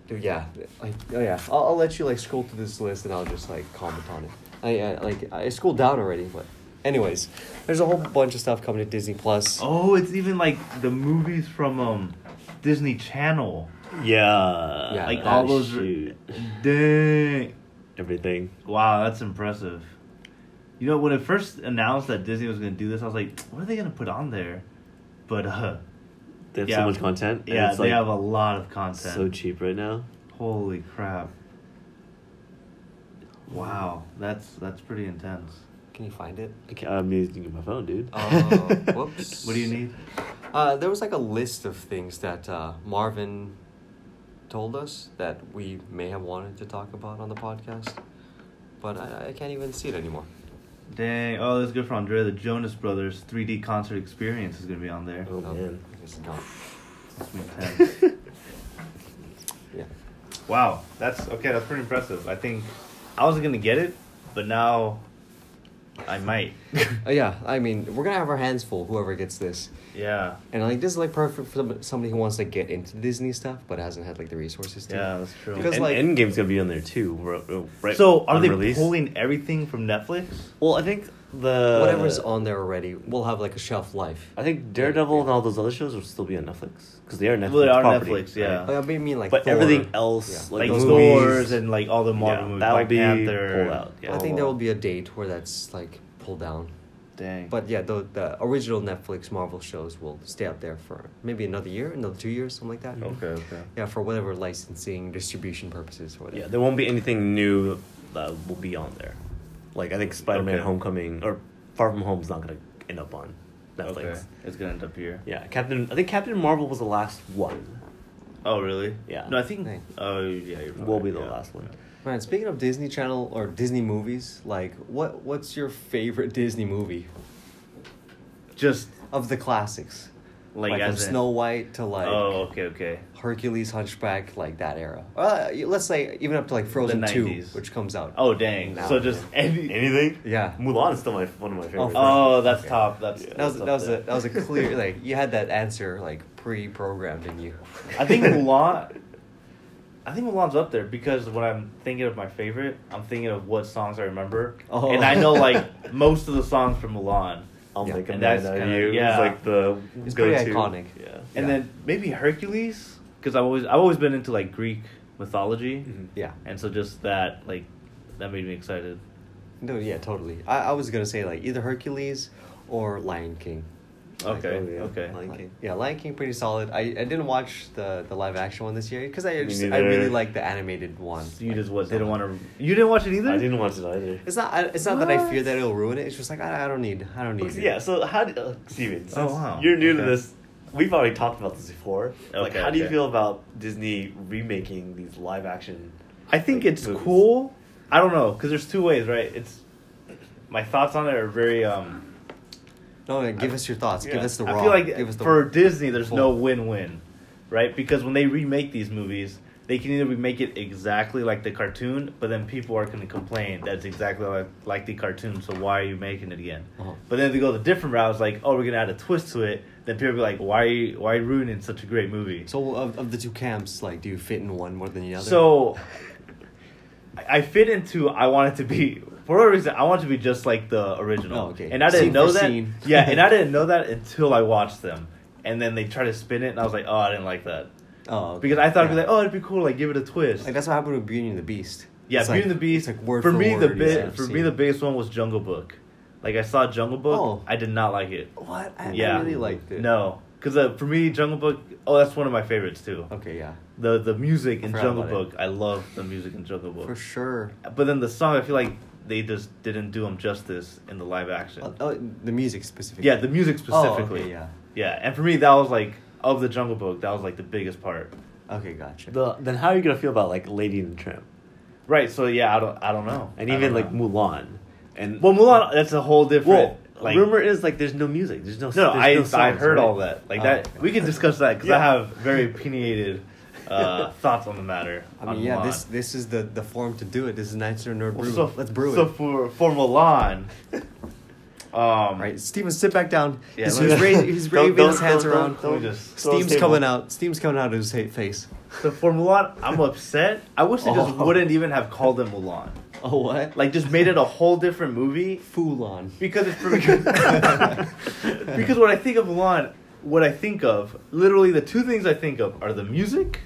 Speaker 1: Dude, yeah, like oh yeah, I'll, I'll let you like scroll through this list and I'll just like comment on it. I, I like I scrolled down already, but anyways, there's a whole bunch of stuff coming to Disney Plus.
Speaker 2: Oh, it's even like the movies from um Disney Channel.
Speaker 4: Yeah.
Speaker 1: Yeah,
Speaker 2: Like
Speaker 1: that
Speaker 2: all those.
Speaker 4: shoot.
Speaker 2: Dang.
Speaker 4: everything.
Speaker 2: Wow, that's impressive. You know, when it first announced that Disney was going to do this, I was like, what are they going to put on there? But, uh,
Speaker 4: They have
Speaker 2: Yeah.
Speaker 4: so much content. and
Speaker 2: yeah,
Speaker 4: it's
Speaker 2: they
Speaker 4: like
Speaker 2: have a lot of content.
Speaker 4: so cheap right now.
Speaker 2: Holy crap. Wow, that's that's pretty intense.
Speaker 1: Can you find it?
Speaker 4: I can't, I'm using my phone, dude.
Speaker 1: Oh, whoops.
Speaker 2: Uh, What do you need?
Speaker 1: Uh, there was like a list of things that uh, Marvin told us that we may have wanted to talk about on the podcast, but I, I can't even see it anymore.
Speaker 2: Dang. Oh, that's good for Andrea. The Jonas Brothers 3D concert experience is going to be on there.
Speaker 4: Oh,
Speaker 1: No,
Speaker 4: man.
Speaker 1: it's gone.
Speaker 2: That's intense.
Speaker 1: Yeah.
Speaker 2: wow, that's okay. That's pretty impressive. I think I wasn't going to get it, but now I might.
Speaker 1: Uh, yeah, I mean, we're gonna have our hands full. Whoever gets this.
Speaker 2: yeah.
Speaker 1: And like this is like perfect for some- somebody who wants to get into Disney stuff but hasn't had like the resources to.
Speaker 2: Yeah, that's true.
Speaker 1: Because,
Speaker 4: and
Speaker 1: like-
Speaker 4: Endgame's gonna be on there too. ro- ro- Right.
Speaker 2: so, are
Speaker 4: on
Speaker 2: they
Speaker 4: release.
Speaker 2: pulling everything from Netflix?
Speaker 4: Well, I think the
Speaker 1: Whatever's on there already will have like a shelf life.
Speaker 4: uh, I think Daredevil and all those other shows will still be on Netflix because they are Netflix.
Speaker 2: Well, they are
Speaker 4: property,
Speaker 2: Netflix, yeah.
Speaker 1: Like, I mean, like.
Speaker 4: But
Speaker 1: Thor.
Speaker 4: everything else,
Speaker 1: Yeah.
Speaker 4: like,
Speaker 2: Like,
Speaker 4: those
Speaker 2: Thor's
Speaker 4: movies-
Speaker 2: and like all the Marvel
Speaker 4: Yeah,
Speaker 2: movies,
Speaker 4: that'll
Speaker 2: Black
Speaker 4: be
Speaker 2: Panther.
Speaker 4: pulled out, yeah.
Speaker 1: I think there will be a date where that's like pulled down.
Speaker 4: Mm.
Speaker 2: Dang.
Speaker 1: But yeah, the the original Netflix Marvel shows will stay up there for maybe another year, another two years, something like that.
Speaker 2: okay, okay.
Speaker 1: Yeah, for whatever licensing, distribution purposes, or whatever.
Speaker 4: Yeah, there won't be anything new that will be on there. Like I think Spider-Man:
Speaker 2: Okay.
Speaker 4: Homecoming or Far From Home's not gonna end up on Netflix.
Speaker 2: Okay. It's gonna end up here.
Speaker 4: Yeah, Captain. I think Captain Marvel was the last one.
Speaker 2: Oh really?
Speaker 4: Yeah.
Speaker 2: No, I think.
Speaker 1: Dang.
Speaker 2: Oh yeah, you're
Speaker 4: Will be the
Speaker 2: yeah.
Speaker 4: last one.
Speaker 1: Man, speaking of Disney Channel or Disney movies, like what what's your favorite Disney movie
Speaker 2: Just
Speaker 1: of the classics?
Speaker 2: like,
Speaker 1: like from
Speaker 2: as in-
Speaker 1: Snow White to like
Speaker 2: oh okay okay.
Speaker 1: Hercules, Hunchback, like that era. Uh, let's say even up to like Frozen
Speaker 2: The
Speaker 1: Two,
Speaker 2: 90s.
Speaker 1: which comes out.
Speaker 2: Oh dang.
Speaker 1: Now.
Speaker 2: so just any.
Speaker 4: Anything?
Speaker 1: Yeah.
Speaker 4: Mulan is still my one of my favorites.
Speaker 2: Oh, that's
Speaker 1: Okay.
Speaker 2: top. That's
Speaker 4: Yeah.
Speaker 1: that was
Speaker 2: that's up
Speaker 1: that was a
Speaker 2: there.
Speaker 1: that was a clear like you had that answer like pre-programmed in you.
Speaker 2: I think Mulan. I think Mulan's up there because when I'm thinking of my favorite, I'm thinking of what songs I remember,
Speaker 1: Oh.
Speaker 2: and I know like most of the songs from Mulan.
Speaker 4: I'll
Speaker 1: Yeah.
Speaker 4: make a
Speaker 2: And
Speaker 4: man
Speaker 2: that's
Speaker 4: out of
Speaker 2: kinda-
Speaker 4: you.
Speaker 2: yeah.
Speaker 4: It's like the
Speaker 1: It's
Speaker 4: go-to.
Speaker 1: pretty iconic.
Speaker 4: Yeah.
Speaker 1: Yeah.
Speaker 2: And then maybe Hercules, because I've always I've always been into like Greek mythology,
Speaker 4: Mhm.
Speaker 1: Yeah.
Speaker 2: and so just that like that made me excited.
Speaker 1: No, yeah, totally. I, I was gonna say like either Hercules or Lion King. Like,
Speaker 2: Okay,
Speaker 4: oh, yeah.
Speaker 2: okay.
Speaker 4: Lion
Speaker 1: Like,
Speaker 4: King.
Speaker 1: yeah, Lion King pretty solid. I, I didn't watch the, the live action one this year because I
Speaker 4: Me
Speaker 1: just, I
Speaker 4: neither.
Speaker 1: really like the animated one.
Speaker 2: You
Speaker 1: Like,
Speaker 2: just was didn't
Speaker 1: so
Speaker 2: want
Speaker 1: much.
Speaker 2: to. You didn't watch it either.
Speaker 4: I didn't watch it either.
Speaker 1: It's not. I- It's not that I
Speaker 2: What?
Speaker 1: fear that it'll ruin it. It's just like I, I don't need. I don't need. it.
Speaker 4: Yeah, so how do, uh, Steven, since
Speaker 2: Oh, wow.
Speaker 4: you're new
Speaker 2: Okay.
Speaker 4: to this, we've already talked about this before. like,
Speaker 2: Okay,
Speaker 4: how do you
Speaker 2: okay.
Speaker 4: feel about Disney remaking these live action?
Speaker 2: I think
Speaker 4: like,
Speaker 2: it's
Speaker 4: movies?
Speaker 2: cool. I don't know because there's two ways, right? It's my thoughts on it are very. um
Speaker 1: No, no, give us your thoughts. Give
Speaker 4: Yeah.
Speaker 1: us the
Speaker 2: I
Speaker 1: raw.
Speaker 2: feel like
Speaker 1: give us the
Speaker 2: for Disney, there's no
Speaker 1: full.
Speaker 2: win-win, right? Because when they remake these movies, they can either remake it exactly like the cartoon, but then people are going to complain that's exactly like, like the cartoon. So why are you making it again?
Speaker 1: Uh-huh.
Speaker 2: But then if they go the different route. It's like, oh, we're going to add a twist to it. Then people be like, why? Are you, why are you ruining such a great movie?
Speaker 1: So of, of the two camps, like, do you fit in one more than the other?
Speaker 2: So I I fit into I want it to be for whatever reason I want it to be just like the original.
Speaker 1: Oh, okay.
Speaker 2: And I didn't
Speaker 1: Scene
Speaker 2: know
Speaker 1: for
Speaker 2: that.
Speaker 1: scene.
Speaker 2: Yeah, and I didn't know that until I watched them. And then they try to spin it and I was like, "Oh, I didn't like that."
Speaker 1: oh, okay.
Speaker 2: Because I thought it'd
Speaker 1: Yeah.
Speaker 2: be like, "Oh, it'd be cool like give it a twist."
Speaker 1: Like that's what happened with Beauty and the Beast.
Speaker 2: yeah,
Speaker 1: It's
Speaker 2: Beauty
Speaker 1: like-
Speaker 2: and the Beast
Speaker 1: It's like word
Speaker 2: for, me the
Speaker 1: word,
Speaker 2: bit
Speaker 1: yeah,
Speaker 2: for me
Speaker 1: scene.
Speaker 2: the biggest one was Jungle Book. Like I saw Jungle Book,
Speaker 1: Oh.
Speaker 2: I did not like it.
Speaker 1: What? I, I
Speaker 2: Yeah.
Speaker 1: really liked it.
Speaker 2: No, cuz uh, for me Jungle Book, oh, that's one of my favorites too.
Speaker 1: Okay, yeah,
Speaker 2: The the music in
Speaker 1: forgot
Speaker 2: Jungle
Speaker 1: about it.
Speaker 2: Book, I love the music in Jungle Book.
Speaker 1: for sure.
Speaker 2: But then the song, I feel like they just didn't do him justice in the live action.
Speaker 1: Oh, oh, the music specifically.
Speaker 2: yeah, the music
Speaker 1: Oh, okay,
Speaker 2: specifically.
Speaker 1: yeah.
Speaker 2: Yeah, and for me, that was like of the Jungle Book. That was like the biggest part.
Speaker 1: Okay, gotcha.
Speaker 4: The then how are you gonna feel about like Lady and the Tramp,
Speaker 2: Right. So yeah, I don't, I don't know.
Speaker 4: and
Speaker 2: I
Speaker 4: even
Speaker 2: don't
Speaker 4: like
Speaker 2: know.
Speaker 4: Mulan, and
Speaker 2: Well, Mulan, that's a whole different.
Speaker 4: Well,
Speaker 2: like,
Speaker 4: rumor is like there's no music, there's no.
Speaker 2: No,
Speaker 4: there's
Speaker 2: I
Speaker 4: songs,
Speaker 2: I heard
Speaker 4: right?
Speaker 2: all that. Like
Speaker 1: Oh,
Speaker 2: that,
Speaker 1: okay.
Speaker 2: we can discuss that because I
Speaker 4: Yeah.
Speaker 2: have very opinionated uh, thoughts on the matter.
Speaker 1: I
Speaker 2: on
Speaker 1: mean, yeah,
Speaker 2: Mulan.
Speaker 1: this this is the the form to do it. This is Nicer Nerd
Speaker 2: Well,
Speaker 1: Brew.
Speaker 2: so-
Speaker 1: Let's brew
Speaker 2: So
Speaker 1: it.
Speaker 2: for for Mulan, Um,
Speaker 1: All right, Steven, sit back down.
Speaker 2: Yeah,
Speaker 1: he's,
Speaker 2: let me-
Speaker 1: he's raising, he's
Speaker 4: Don't-
Speaker 1: waving
Speaker 4: don't-
Speaker 1: his hands
Speaker 4: don't-
Speaker 1: around.
Speaker 4: don't-
Speaker 2: Let me just-
Speaker 4: don't
Speaker 1: Steam's
Speaker 4: table.
Speaker 1: coming out. Steam's coming out of his ha- face.
Speaker 2: The for Mulan, I'm upset. I wish they just
Speaker 1: Oh.
Speaker 2: wouldn't even have called it Mulan.
Speaker 1: Oh what?
Speaker 2: Like, just made it a whole different movie
Speaker 1: fool on.
Speaker 2: because it's because when I think of Mulan, what I think of literally the two things I think of are the music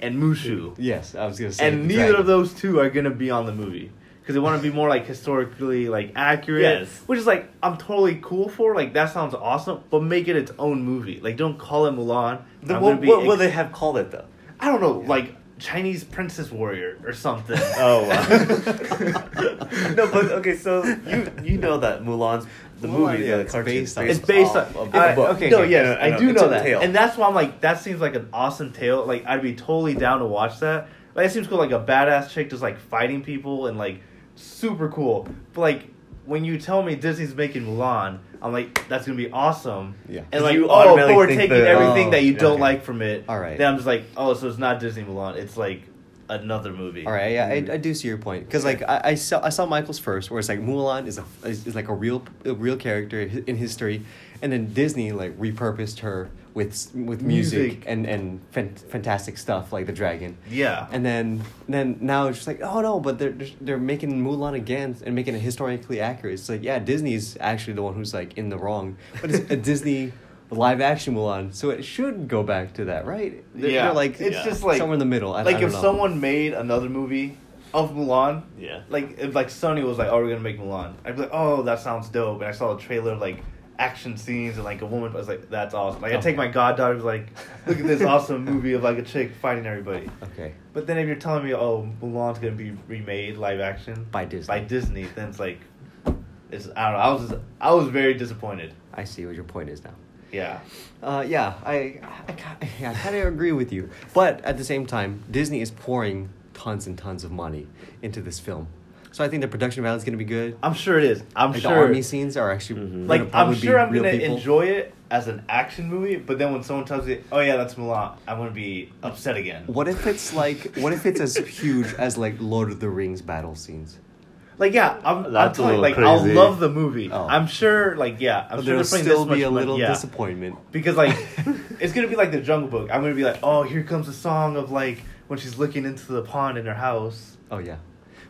Speaker 2: and Mushu,
Speaker 1: Yes, I was gonna say.
Speaker 2: and
Speaker 1: the
Speaker 2: neither
Speaker 1: dragon.
Speaker 2: of those two are gonna be on the movie because they want to be more like historically like accurate,
Speaker 4: Yes.
Speaker 2: which is like I'm totally cool for. Like that sounds awesome, but make it its own movie. Like don't call it Mulan.
Speaker 4: Then
Speaker 2: I'm
Speaker 4: what,
Speaker 2: gonna be
Speaker 4: what will
Speaker 2: ex-
Speaker 4: they have called it though?
Speaker 2: I don't know, like Chinese princess warrior or something.
Speaker 4: Oh, wow. no, but okay, so you you know that Mulan's the
Speaker 1: Mulan,
Speaker 4: movie,
Speaker 1: yeah,
Speaker 4: the
Speaker 1: it's
Speaker 4: cartoon,
Speaker 1: based on-
Speaker 2: It's based on.
Speaker 4: off
Speaker 2: Uh,
Speaker 4: of the book.
Speaker 2: okay, no,
Speaker 1: okay,
Speaker 2: yeah, I, do
Speaker 4: it's
Speaker 2: know
Speaker 4: a
Speaker 2: that,
Speaker 4: tale.
Speaker 2: and that's why I'm like, that seems like an awesome tale. Like, I'd be totally down to watch that. Like, it seems cool, like a badass chick just like fighting people and like super cool. But like, when you tell me Disney's making Mulan, I'm like, that's gonna be awesome.
Speaker 1: Yeah.
Speaker 2: And like,
Speaker 4: You
Speaker 2: oh,
Speaker 4: automatically
Speaker 2: but we're
Speaker 4: think
Speaker 2: taking
Speaker 4: that-
Speaker 2: everything
Speaker 1: oh,
Speaker 2: that you
Speaker 4: yeah,
Speaker 2: don't
Speaker 4: okay.
Speaker 2: like from it.
Speaker 1: All right.
Speaker 2: Then I'm just like, oh, so it's not Disney Mulan. It's like another movie.
Speaker 1: All right, yeah, I, I do see your point because like I, I saw I saw Michael's first, where it's like Mulan is a is, is like a real a real character hi- in history, and then Disney like repurposed her with s- with music,
Speaker 2: Music.
Speaker 1: and and fan- fantastic stuff like the dragon,
Speaker 2: Yeah.
Speaker 1: and then then now it's just like oh no, but they're they're- they're making Mulan again and making it historically accurate. It's like yeah, Disney's actually the one who's like in the wrong, but it's a Disney. Live action Mulan, so it should go back to that, right? They're,
Speaker 2: Yeah.
Speaker 1: they're like
Speaker 2: It's
Speaker 1: it's
Speaker 2: just
Speaker 1: just
Speaker 2: like-
Speaker 1: somewhere in the middle. I, I
Speaker 2: like
Speaker 1: don't
Speaker 2: if
Speaker 1: know.
Speaker 2: someone made another movie of Mulan,
Speaker 4: Yeah.
Speaker 2: like if like Sony was like, "Oh, we're gonna make Mulan," I'd be like, "Oh, that sounds dope." And I saw a trailer of like action scenes and like a woman. I was like, "That's awesome!" Like I take
Speaker 1: Okay.
Speaker 2: my goddaughter, was like, "Look at this awesome movie of like a chick fighting everybody."
Speaker 1: okay,
Speaker 2: But then if you're telling me, "Oh, Mulan's gonna be remade live action
Speaker 1: By Disney.
Speaker 2: by Disney," then it's like, it's I don't know. I was just, I was very disappointed.
Speaker 1: I see what your point is now.
Speaker 2: Yeah,
Speaker 1: Uh, yeah, I, I, ki- yeah, I kind of agree with you. But at the same time, Disney is pouring tons and tons of money into this film. So I think the production value is going to be good.
Speaker 2: I'm sure it is. I'm
Speaker 1: like
Speaker 2: sure Mm-hmm.
Speaker 1: the army scenes are actually
Speaker 4: Mhm.
Speaker 1: gonna
Speaker 2: Like I'm
Speaker 1: probably be
Speaker 2: sure I'm
Speaker 1: real
Speaker 2: gonna
Speaker 1: people.
Speaker 2: enjoy it as an action movie, but then when someone tells me, "Oh yeah, that's Mulan," I'm gonna be upset again.
Speaker 1: What if it's like? What if it's as huge as like Lord of the Rings battle scenes?
Speaker 2: Like yeah, I'm, I'm
Speaker 4: That's a
Speaker 2: telling you, like
Speaker 4: little
Speaker 2: I'll
Speaker 4: crazy.
Speaker 2: love the movie.
Speaker 1: Oh.
Speaker 2: I'm sure, like yeah, I'm
Speaker 1: But there'll
Speaker 2: sure they're putting this
Speaker 1: still
Speaker 2: much
Speaker 1: be a
Speaker 2: money-
Speaker 1: little
Speaker 2: yeah.
Speaker 1: disappointment.
Speaker 2: because like it's gonna be like the Jungle Book. I'm gonna be like, "Oh, here comes the song of like when she's looking into the pond in her house."
Speaker 1: Oh yeah,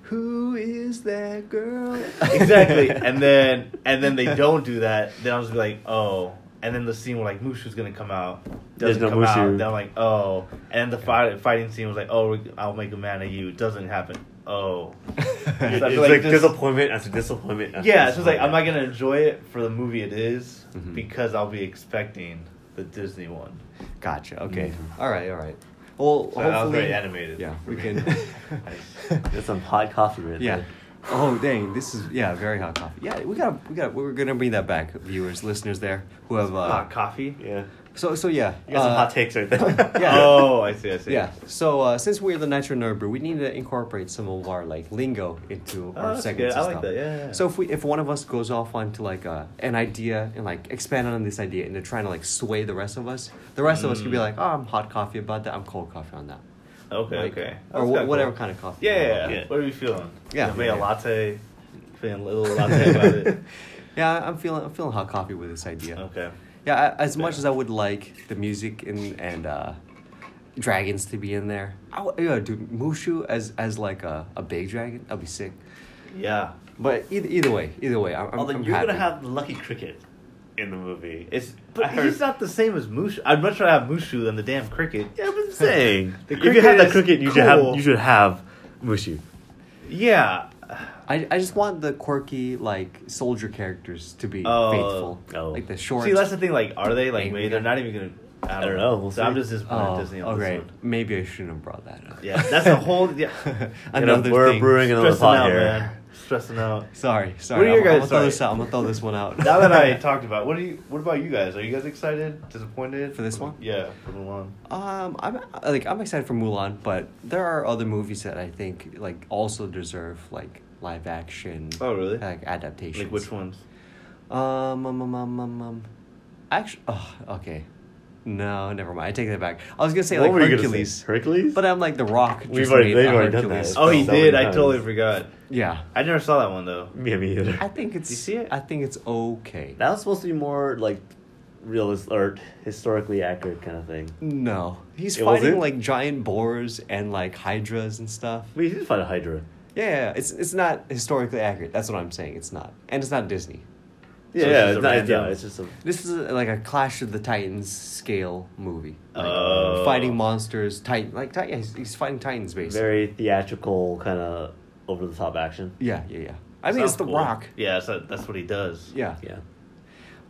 Speaker 1: who is that girl?
Speaker 2: exactly. And then and then they don't do that. Then I'll just be like, oh. And then the scene where like Mushu's gonna come out
Speaker 4: There's
Speaker 2: doesn't come
Speaker 4: no
Speaker 2: out.
Speaker 4: Mushu.
Speaker 2: Then I'm like, oh. And then the fight, fighting scene was like, oh, we- I'll make a man of you. Doesn't happen. Oh. I
Speaker 4: It's
Speaker 2: feel
Speaker 4: like,
Speaker 2: like this-
Speaker 4: disappointment after disappointment.
Speaker 1: uh,
Speaker 4: After
Speaker 2: Yeah. So it's like I'm not
Speaker 4: disappointment.
Speaker 2: gonna enjoy it for the movie it is
Speaker 1: Mhm.
Speaker 2: because I'll be expecting the Disney one.
Speaker 1: Gotcha. Okay.
Speaker 4: Mhm.
Speaker 1: All right. All right. Well,
Speaker 2: So that was
Speaker 1: hopefully,
Speaker 2: very animated.
Speaker 1: Yeah,
Speaker 2: for
Speaker 1: we
Speaker 2: me.
Speaker 1: can.
Speaker 4: That's some hot coffee right
Speaker 1: yeah.
Speaker 4: there.
Speaker 1: Oh dang! This is yeah, very hot coffee. Yeah, we gotta we gotta we're gonna bring that back, viewers, listeners there who have uh.
Speaker 2: Hot Ah, coffee.
Speaker 4: Yeah.
Speaker 1: So so yeah.
Speaker 4: You got some
Speaker 1: uh,
Speaker 4: hot takes right there.
Speaker 1: Yeah.
Speaker 2: Oh, I see. I see.
Speaker 1: Yeah. So uh, since we're the Nitro Nerd Brew, we need to incorporate some of our like lingo into
Speaker 2: Oh,
Speaker 1: our
Speaker 2: that's
Speaker 1: segments.
Speaker 2: good.
Speaker 1: and
Speaker 2: I like
Speaker 1: stuff.
Speaker 2: that. Yeah, yeah, yeah.
Speaker 1: So if we if one of us goes off onto like uh, an idea and like expand on this idea and they're trying to like sway the rest of us, the rest of us could be
Speaker 2: Mm.
Speaker 1: like, oh, I'm hot coffee about that. I'm cold coffee on that.
Speaker 2: Okay.
Speaker 1: Like,
Speaker 2: okay.
Speaker 1: Or
Speaker 2: That's
Speaker 1: wh-
Speaker 2: kinda
Speaker 1: whatever
Speaker 2: cool.
Speaker 1: kind of coffee.
Speaker 2: Yeah, yeah, yeah.
Speaker 4: Yeah.
Speaker 2: What are you feeling?
Speaker 1: Yeah.
Speaker 2: Maybe a
Speaker 1: Yeah.
Speaker 2: latte. Feeling a little latte about it.
Speaker 1: Yeah, I'm feeling I'm feeling hot coffee with this idea.
Speaker 2: Okay.
Speaker 1: Yeah, I, as much
Speaker 2: Yeah.
Speaker 1: as I would like the music and and uh, dragons to be in there, I would, yeah, dude, Mushu as as like a, a big dragon, that'd be sick.
Speaker 2: Yeah.
Speaker 1: But either, either way, either way, I'm, I'm,
Speaker 4: Although
Speaker 1: I'm
Speaker 4: you're gonna
Speaker 1: happy.
Speaker 4: have Lucky Cricket in the movie.
Speaker 2: It's but
Speaker 4: I heard-
Speaker 2: he's not the same as Mushu. I'd much rather have Mushu than the damn cricket.
Speaker 4: Yeah, but I'm saying
Speaker 2: The
Speaker 4: if you have
Speaker 2: cricket
Speaker 4: that
Speaker 2: is
Speaker 4: cricket, you should have
Speaker 2: cool.
Speaker 4: you should have Mushu.
Speaker 2: Yeah.
Speaker 1: I, I just want the quirky like soldier characters to be
Speaker 2: Oh.
Speaker 1: faithful,
Speaker 4: Oh.
Speaker 1: like the short.
Speaker 2: See, that's the thing. Like, are they like?
Speaker 1: Maybe.
Speaker 2: Maybe they're not even gonna. I don't,
Speaker 4: I don't know, we'll
Speaker 2: so I'm
Speaker 4: see.
Speaker 2: just disappointed
Speaker 1: oh,
Speaker 2: at Disney on
Speaker 1: okay.
Speaker 2: this one.
Speaker 1: Maybe I shouldn't have brought that up.
Speaker 2: Yeah, that's a whole. Yeah.
Speaker 1: Another
Speaker 4: we're
Speaker 1: thing.
Speaker 4: brewing another
Speaker 2: Stressing
Speaker 4: pot
Speaker 2: out,
Speaker 4: here.
Speaker 2: man. Stressing out.
Speaker 1: Sorry, sorry.
Speaker 2: What are your
Speaker 1: I'm, I'm
Speaker 2: guys-
Speaker 1: gonna throw this
Speaker 2: sorry.
Speaker 1: out. I'm gonna throw this one out.
Speaker 2: Now that I talked about, what do you? What about you guys? Are you guys excited? Disappointed
Speaker 1: For this one?
Speaker 2: Yeah, for Mulan.
Speaker 1: Um, I'm like I'm excited for Mulan, but there are other movies that I think like also deserve like live action.
Speaker 2: Oh, really?
Speaker 1: Like adaptations.
Speaker 2: Like which ones?
Speaker 1: Um, um, um, um, um, um. Actually, oh, okay. No, never mind. I take that back. I was gonna say
Speaker 4: What were
Speaker 1: like
Speaker 4: you gonna say?
Speaker 1: Hercules,
Speaker 4: Hercules?
Speaker 1: but I'm like the Rock. Just
Speaker 4: We've already-
Speaker 1: made
Speaker 4: they've
Speaker 1: a
Speaker 4: already done
Speaker 1: Hercules
Speaker 4: that.
Speaker 2: Oh, he
Speaker 1: film.
Speaker 4: Somebody
Speaker 2: did. I
Speaker 4: knows.
Speaker 2: totally forgot.
Speaker 1: Yeah,
Speaker 2: I never saw that one though.
Speaker 4: yeah, me either.
Speaker 1: I think it's.
Speaker 2: see it?
Speaker 1: I think it's okay.
Speaker 4: That was supposed to be more like realist or historically accurate kind of thing.
Speaker 1: No, he's
Speaker 4: It
Speaker 1: fighting
Speaker 4: wasn't?
Speaker 1: like giant boars and like hydras and stuff.
Speaker 4: We did find a Hydra.
Speaker 1: Yeah, yeah, yeah, it's it's not historically accurate. That's what I'm saying. It's not, and it's not Disney.
Speaker 4: Yeah,
Speaker 2: it's
Speaker 4: yeah,
Speaker 2: just
Speaker 4: it's
Speaker 2: a
Speaker 4: not, yeah,
Speaker 2: random-
Speaker 4: it's just a.
Speaker 1: This is uh, like a Clash of the Titans scale movie. Like,
Speaker 2: Oh.
Speaker 1: fighting monsters, titan like ti- yeah, he's, he's fighting titans basically.
Speaker 4: very theatrical kind of over the top action.
Speaker 1: Yeah, yeah, yeah. I mean,
Speaker 2: Sounds
Speaker 1: it's The
Speaker 2: cool.
Speaker 1: Rock.
Speaker 2: Yeah, that's, that's what he does.
Speaker 1: Yeah.
Speaker 4: Yeah.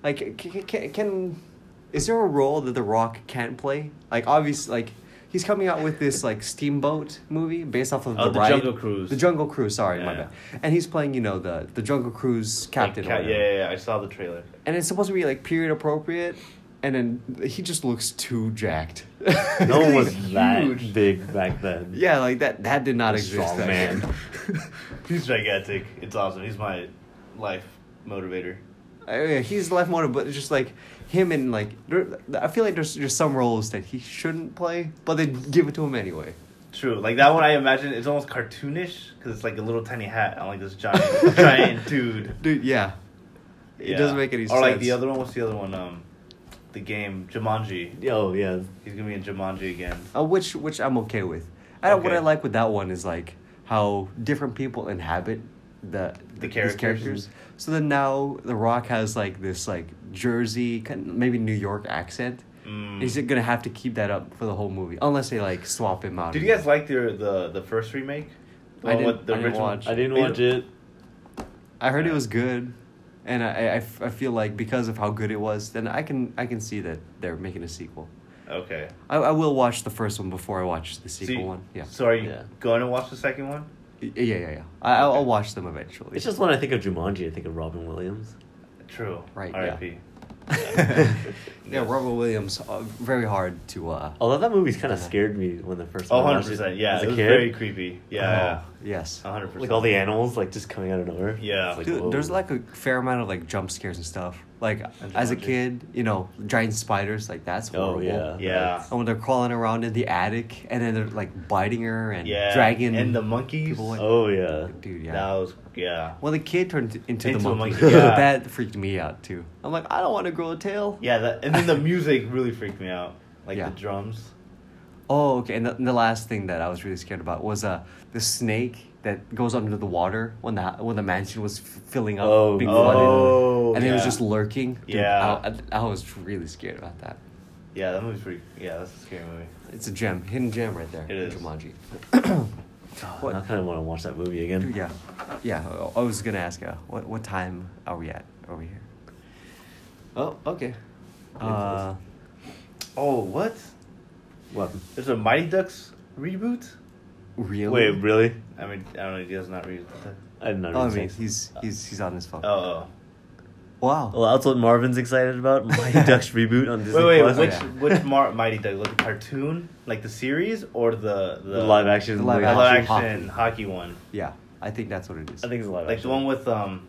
Speaker 1: Like, can, can, can is there a role that The Rock can't play? Like, obviously, like he's coming out with this like steamboat movie based off of
Speaker 2: Oh,
Speaker 1: the,
Speaker 2: The
Speaker 1: ride-
Speaker 2: Jungle Cruise.
Speaker 1: The Jungle Cruise. Sorry, my
Speaker 2: Yeah.
Speaker 1: bad. And he's playing, you know, the the Jungle Cruise captain. or
Speaker 2: Like, ca-
Speaker 1: whatever.
Speaker 2: yeah, yeah, yeah, I saw the trailer.
Speaker 1: And it's supposed to be like period appropriate, and then he just looks too jacked.
Speaker 4: No one was
Speaker 2: He's huge.
Speaker 4: that big back then.
Speaker 1: Yeah, like that. That did not
Speaker 4: A
Speaker 1: exist.
Speaker 4: strong
Speaker 1: back
Speaker 4: man.
Speaker 1: then.
Speaker 2: He's gigantic. It's awesome. He's my life motivator.
Speaker 1: I mean, he's left motive, but it's just like him and like there- I feel like there's just some roles that he shouldn't play, but they give it to him anyway.
Speaker 2: True. Like that one, I imagine it's almost cartoonish because it's like a little tiny hat on like this giant, giant dude.
Speaker 1: Dude, yeah, it
Speaker 2: Yeah.
Speaker 1: doesn't make any
Speaker 2: or
Speaker 1: sense.
Speaker 2: like the other one. What's the other one? Um, the game Jumanji.
Speaker 4: Oh yeah.
Speaker 2: He's gonna be in Jumanji again.
Speaker 1: uh, which which I'm okay with. I don't, What
Speaker 2: Okay.
Speaker 1: I like with that one is like how different people inhabit the
Speaker 2: The
Speaker 1: these
Speaker 2: characters.
Speaker 1: So then now The Rock has like this like Jersey, kind- maybe New York accent.
Speaker 2: Mm.
Speaker 1: He's gonna have to keep that up for the whole movie, unless they like swap him out.
Speaker 2: Did you
Speaker 1: again.
Speaker 2: guys like the the, the first remake? The
Speaker 1: I
Speaker 2: one
Speaker 1: didn't-
Speaker 2: with the
Speaker 1: I didn't
Speaker 2: original-
Speaker 1: watch.
Speaker 4: I didn't watch it.
Speaker 1: I heard it
Speaker 2: Yeah.
Speaker 1: was good, and I, I- I, f- I feel like because of how good it was, then I can I can see that they're making a sequel.
Speaker 2: Okay.
Speaker 1: I, I will watch the first one before I watch the sequel
Speaker 2: So you-
Speaker 1: one. Yeah.
Speaker 2: So are you
Speaker 4: Yeah.
Speaker 2: going to watch the second one?
Speaker 1: Y- yeah, yeah, yeah. I, I'll, I'll watch them eventually.
Speaker 4: It's just when I think of Jumanji, I think of Robin Williams.
Speaker 2: True.
Speaker 1: Right, yeah.
Speaker 2: R.I.P.
Speaker 1: yeah, Robert Williams, uh, very hard to. Uh,
Speaker 4: Although that movie's kind of scared me when the first
Speaker 2: Oh,
Speaker 4: time I
Speaker 2: 100
Speaker 4: watched
Speaker 2: percent. Yeah,
Speaker 4: as
Speaker 2: it
Speaker 4: a
Speaker 2: was
Speaker 4: kid.
Speaker 2: very creepy. Yeah.
Speaker 1: oh, yes.
Speaker 2: One hundred percent.
Speaker 4: Like all the animals, like just coming out of nowhere.
Speaker 2: Yeah.
Speaker 4: It's like,
Speaker 1: Dude,
Speaker 4: whoa.
Speaker 1: there's like a fair amount of like jump scares and stuff. Like
Speaker 2: And
Speaker 1: as a
Speaker 2: Jumanji.
Speaker 1: kid, you know, giant spiders like that's
Speaker 4: Oh
Speaker 1: horrible.
Speaker 4: yeah.
Speaker 2: Yeah.
Speaker 1: And when they're crawling around in the attic, and then they're like biting her and
Speaker 2: yeah.
Speaker 1: dragging
Speaker 2: and the monkeys.
Speaker 1: people away.
Speaker 4: Oh yeah.
Speaker 1: Dude, yeah.
Speaker 2: That was yeah.
Speaker 1: Well, the kid turned into,
Speaker 2: Into
Speaker 1: the
Speaker 2: a
Speaker 1: monkey.
Speaker 2: monkey, yeah.
Speaker 1: that freaked me out too. I'm like, I don't want to grow a tail.
Speaker 2: Yeah, that, and then the music really freaked me out. Like
Speaker 1: Yeah.
Speaker 2: the drums.
Speaker 1: Oh, okay. And the, and the last thing that I was really scared about was uh the snake that goes under the water when the when the mansion was f- filling up,
Speaker 4: Oh,
Speaker 1: being
Speaker 4: oh,
Speaker 1: flooded, and it was
Speaker 2: yeah.
Speaker 1: just lurking. Dude,
Speaker 2: Yeah.
Speaker 1: I, I, I was really scared about that.
Speaker 2: Yeah, that movie's pretty. Yeah, that's a scary movie.
Speaker 1: It's a gem, hidden gem right there.
Speaker 2: It is.
Speaker 1: Jumanji.
Speaker 4: Now I kind of want to watch that movie again.
Speaker 1: Dude, yeah, yeah. I- I was gonna ask, uh, what what time are we at over here? Oh, okay. Uh,
Speaker 2: Oh, what?
Speaker 4: What?
Speaker 2: There's a Mighty Ducks reboot.
Speaker 1: really?
Speaker 4: Wait, really?
Speaker 2: I mean, I don't know. You guys not read.
Speaker 4: I didn't know.
Speaker 1: Oh, I
Speaker 4: he
Speaker 1: mean,
Speaker 4: was
Speaker 1: he's he's he's on his phone.
Speaker 2: Oh, oh.
Speaker 1: Wow.
Speaker 4: Well, that's what Marvin's excited about. Mighty Ducks reboot on Disney
Speaker 2: Wait, wait.
Speaker 4: Plus.
Speaker 2: Which
Speaker 1: yeah.
Speaker 2: which Mar- Mighty Ducks? Like the cartoon, like the series, or the the,
Speaker 4: The live action.
Speaker 1: The live
Speaker 2: the
Speaker 4: movie.
Speaker 2: live
Speaker 1: action
Speaker 2: action hockey one?
Speaker 1: yeah, I think that's what it is.
Speaker 4: I think it's a live
Speaker 2: Like
Speaker 4: action.
Speaker 2: the one with um,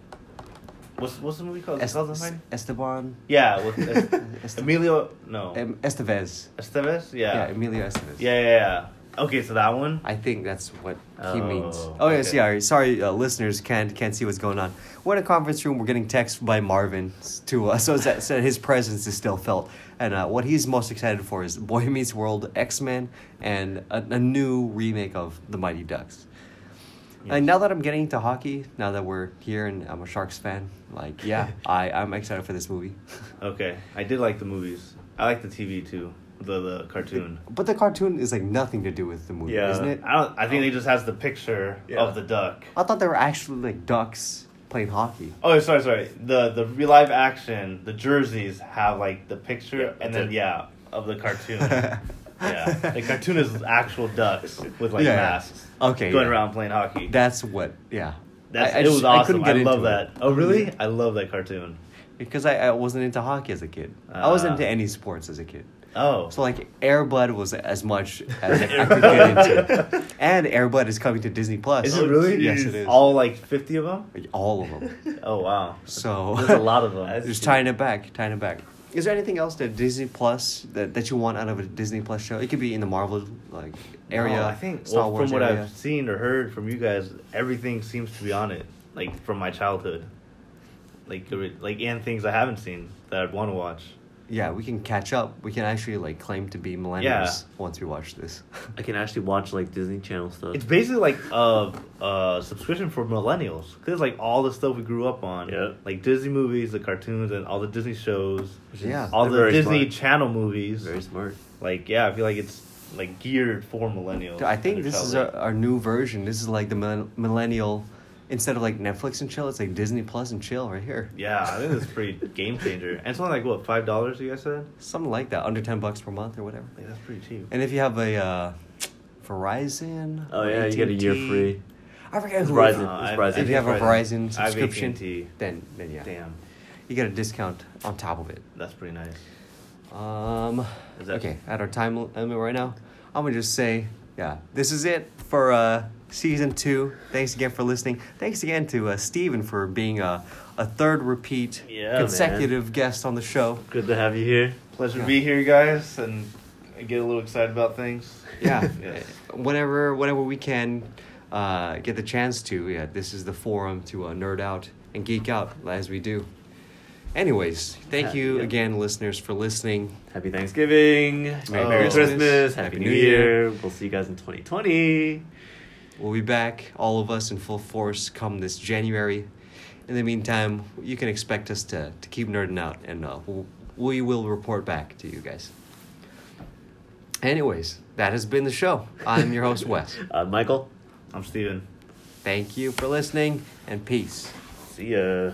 Speaker 2: what's what's the movie called? Is
Speaker 1: Es-
Speaker 2: it called the Mighty?
Speaker 1: Esteban.
Speaker 2: Yeah, with Es-
Speaker 1: Este-
Speaker 2: Emilio. No,
Speaker 1: Em- Estevez.
Speaker 2: Estevez.
Speaker 1: Yeah,
Speaker 2: Yeah.
Speaker 1: Emilio Estevez.
Speaker 2: Yeah, yeah, yeah. Okay, so that one.
Speaker 1: I think that's what he
Speaker 2: Oh,
Speaker 1: means. Oh yes,
Speaker 2: okay.
Speaker 1: yeah. Sorry, sorry uh, listeners can't can't see what's going on. We're in a conference room. We're getting text by Marvin s- to us, so that so his presence is still felt. And uh, what he's most excited for is Boy Meets World, X Men, and a, a new remake of The Mighty Ducks. And now that I'm getting into hockey, now that we're here and I'm a Sharks fan, like yeah, I I'm excited for this movie.
Speaker 2: Okay, I did like the movies. I like the TV too, the the cartoon.
Speaker 1: But the cartoon is like nothing to do with the movie,
Speaker 4: Yeah.
Speaker 1: isn't it?
Speaker 2: I don't. I think they just has the picture
Speaker 4: Yeah.
Speaker 2: of the duck.
Speaker 1: I thought they were actually like ducks playing hockey.
Speaker 2: Oh, sorry, sorry. The the real live action, the jerseys have like the picture, and then
Speaker 4: that's it.
Speaker 2: yeah, of the cartoon. yeah, the cartoon is actual ducks with like
Speaker 1: Yeah.
Speaker 2: masks.
Speaker 1: Okay,
Speaker 2: going
Speaker 1: yeah.
Speaker 2: around playing hockey.
Speaker 1: That's what, yeah.
Speaker 2: That's,
Speaker 1: I- I
Speaker 2: it
Speaker 1: just-
Speaker 2: was awesome. I,
Speaker 1: into
Speaker 2: love that.
Speaker 1: it. Mm-hmm.
Speaker 2: Oh, really? I love that cartoon.
Speaker 1: Because I, I wasn't into hockey as a kid. I wasn't
Speaker 2: Ah.
Speaker 1: into any sports as a kid.
Speaker 2: Oh,
Speaker 1: So like Airbud was as much as I could get into. And Airbud is coming to Disney Plus.
Speaker 2: is it really?
Speaker 1: Oh, Yes, it is. All,
Speaker 2: Oh, All like fifty of them.
Speaker 1: of them.
Speaker 2: Oh wow,
Speaker 1: So
Speaker 2: there's a lot of them.
Speaker 1: Just tying it back, tying it back. Is there anything else that Disney Plus that, that you want out of a Disney Plus show? It could be in the Marvel like area.
Speaker 2: No, Oh, I think
Speaker 1: Star
Speaker 2: well,
Speaker 1: Wars
Speaker 2: from what
Speaker 1: area.
Speaker 2: I've seen or heard from you guys, everything seems to be on it. Like from my childhood, like there were- like and things I haven't seen that I'd want to watch.
Speaker 1: Yeah, we can catch up. We can actually like claim to be millennials
Speaker 2: Yeah.
Speaker 1: once we watch this.
Speaker 4: I can actually watch like Disney Channel stuff.
Speaker 2: It's basically like uh, a, a subscription for millennials because like all the stuff we grew up on,
Speaker 4: Yeah.
Speaker 2: like Disney movies, the cartoons, and all the Disney shows,
Speaker 4: Which
Speaker 1: Yeah.
Speaker 2: all the
Speaker 4: very
Speaker 2: Disney
Speaker 4: smart.
Speaker 2: Channel movies.
Speaker 4: very smart.
Speaker 2: Like yeah, I feel like it's like geared for millennials.
Speaker 1: Dude, I think
Speaker 2: and their
Speaker 1: this is our,
Speaker 2: childhood.
Speaker 1: our new version. This is like the millen- millennial, instead of like Netflix and chill, it's like Disney Plus and chill right here.
Speaker 2: yeah, I think it's pretty game changer. And it's only like what five dollars you guys said.
Speaker 1: Something like that, under ten bucks per month or whatever.
Speaker 2: Like that's pretty cheap.
Speaker 1: And if you have a uh, Verizon,
Speaker 4: Oh
Speaker 1: or
Speaker 4: yeah, you get a year
Speaker 1: AT&T
Speaker 4: free.
Speaker 1: I forget who
Speaker 4: Verizon.
Speaker 1: Verizon.
Speaker 4: It's
Speaker 2: I-
Speaker 4: Verizon.
Speaker 2: I
Speaker 1: If you have a Verizon
Speaker 2: think I have
Speaker 1: subscription,
Speaker 2: AT&T.
Speaker 1: then then yeah,
Speaker 2: Damn,
Speaker 1: you get a discount on top of it.
Speaker 2: that's pretty nice.
Speaker 1: Um,
Speaker 2: Is that-
Speaker 1: okay, at our time limit right now, I'm gonna just say, yeah, this is it for uh, season two. Thanks again for listening. Thanks again to uh, Steven for being a, a third repeat
Speaker 4: Yeah, man.
Speaker 1: consecutive guest on the show.
Speaker 4: Good to have you here.
Speaker 2: Pleasure
Speaker 1: Yeah.
Speaker 2: to be here, guys, and I get a little excited about things.
Speaker 1: Yeah,
Speaker 2: Yes.
Speaker 1: uh, whenever whenever we can uh, get the chance to, yeah, this is the forum to uh, nerd out and geek out as we do. Anyways, thank
Speaker 4: Yeah,
Speaker 1: you
Speaker 4: yeah.
Speaker 1: again, listeners, for listening.
Speaker 4: Happy Thanksgiving. Merry
Speaker 1: Oh, Christmas.
Speaker 4: Christmas. Happy,
Speaker 1: Happy
Speaker 4: New
Speaker 1: New
Speaker 4: Year. We'll see you guys in 2020.
Speaker 1: We'll be back, all of us in full force, come this January. In the meantime, you can expect us to, to keep nerding out, and uh, we'll, we will report back to you guys. Anyways, that has been the show. I'm your host, Wes.
Speaker 4: Uh, Michael.
Speaker 2: I'm Steven.
Speaker 1: Thank you for listening, and peace.
Speaker 4: See ya.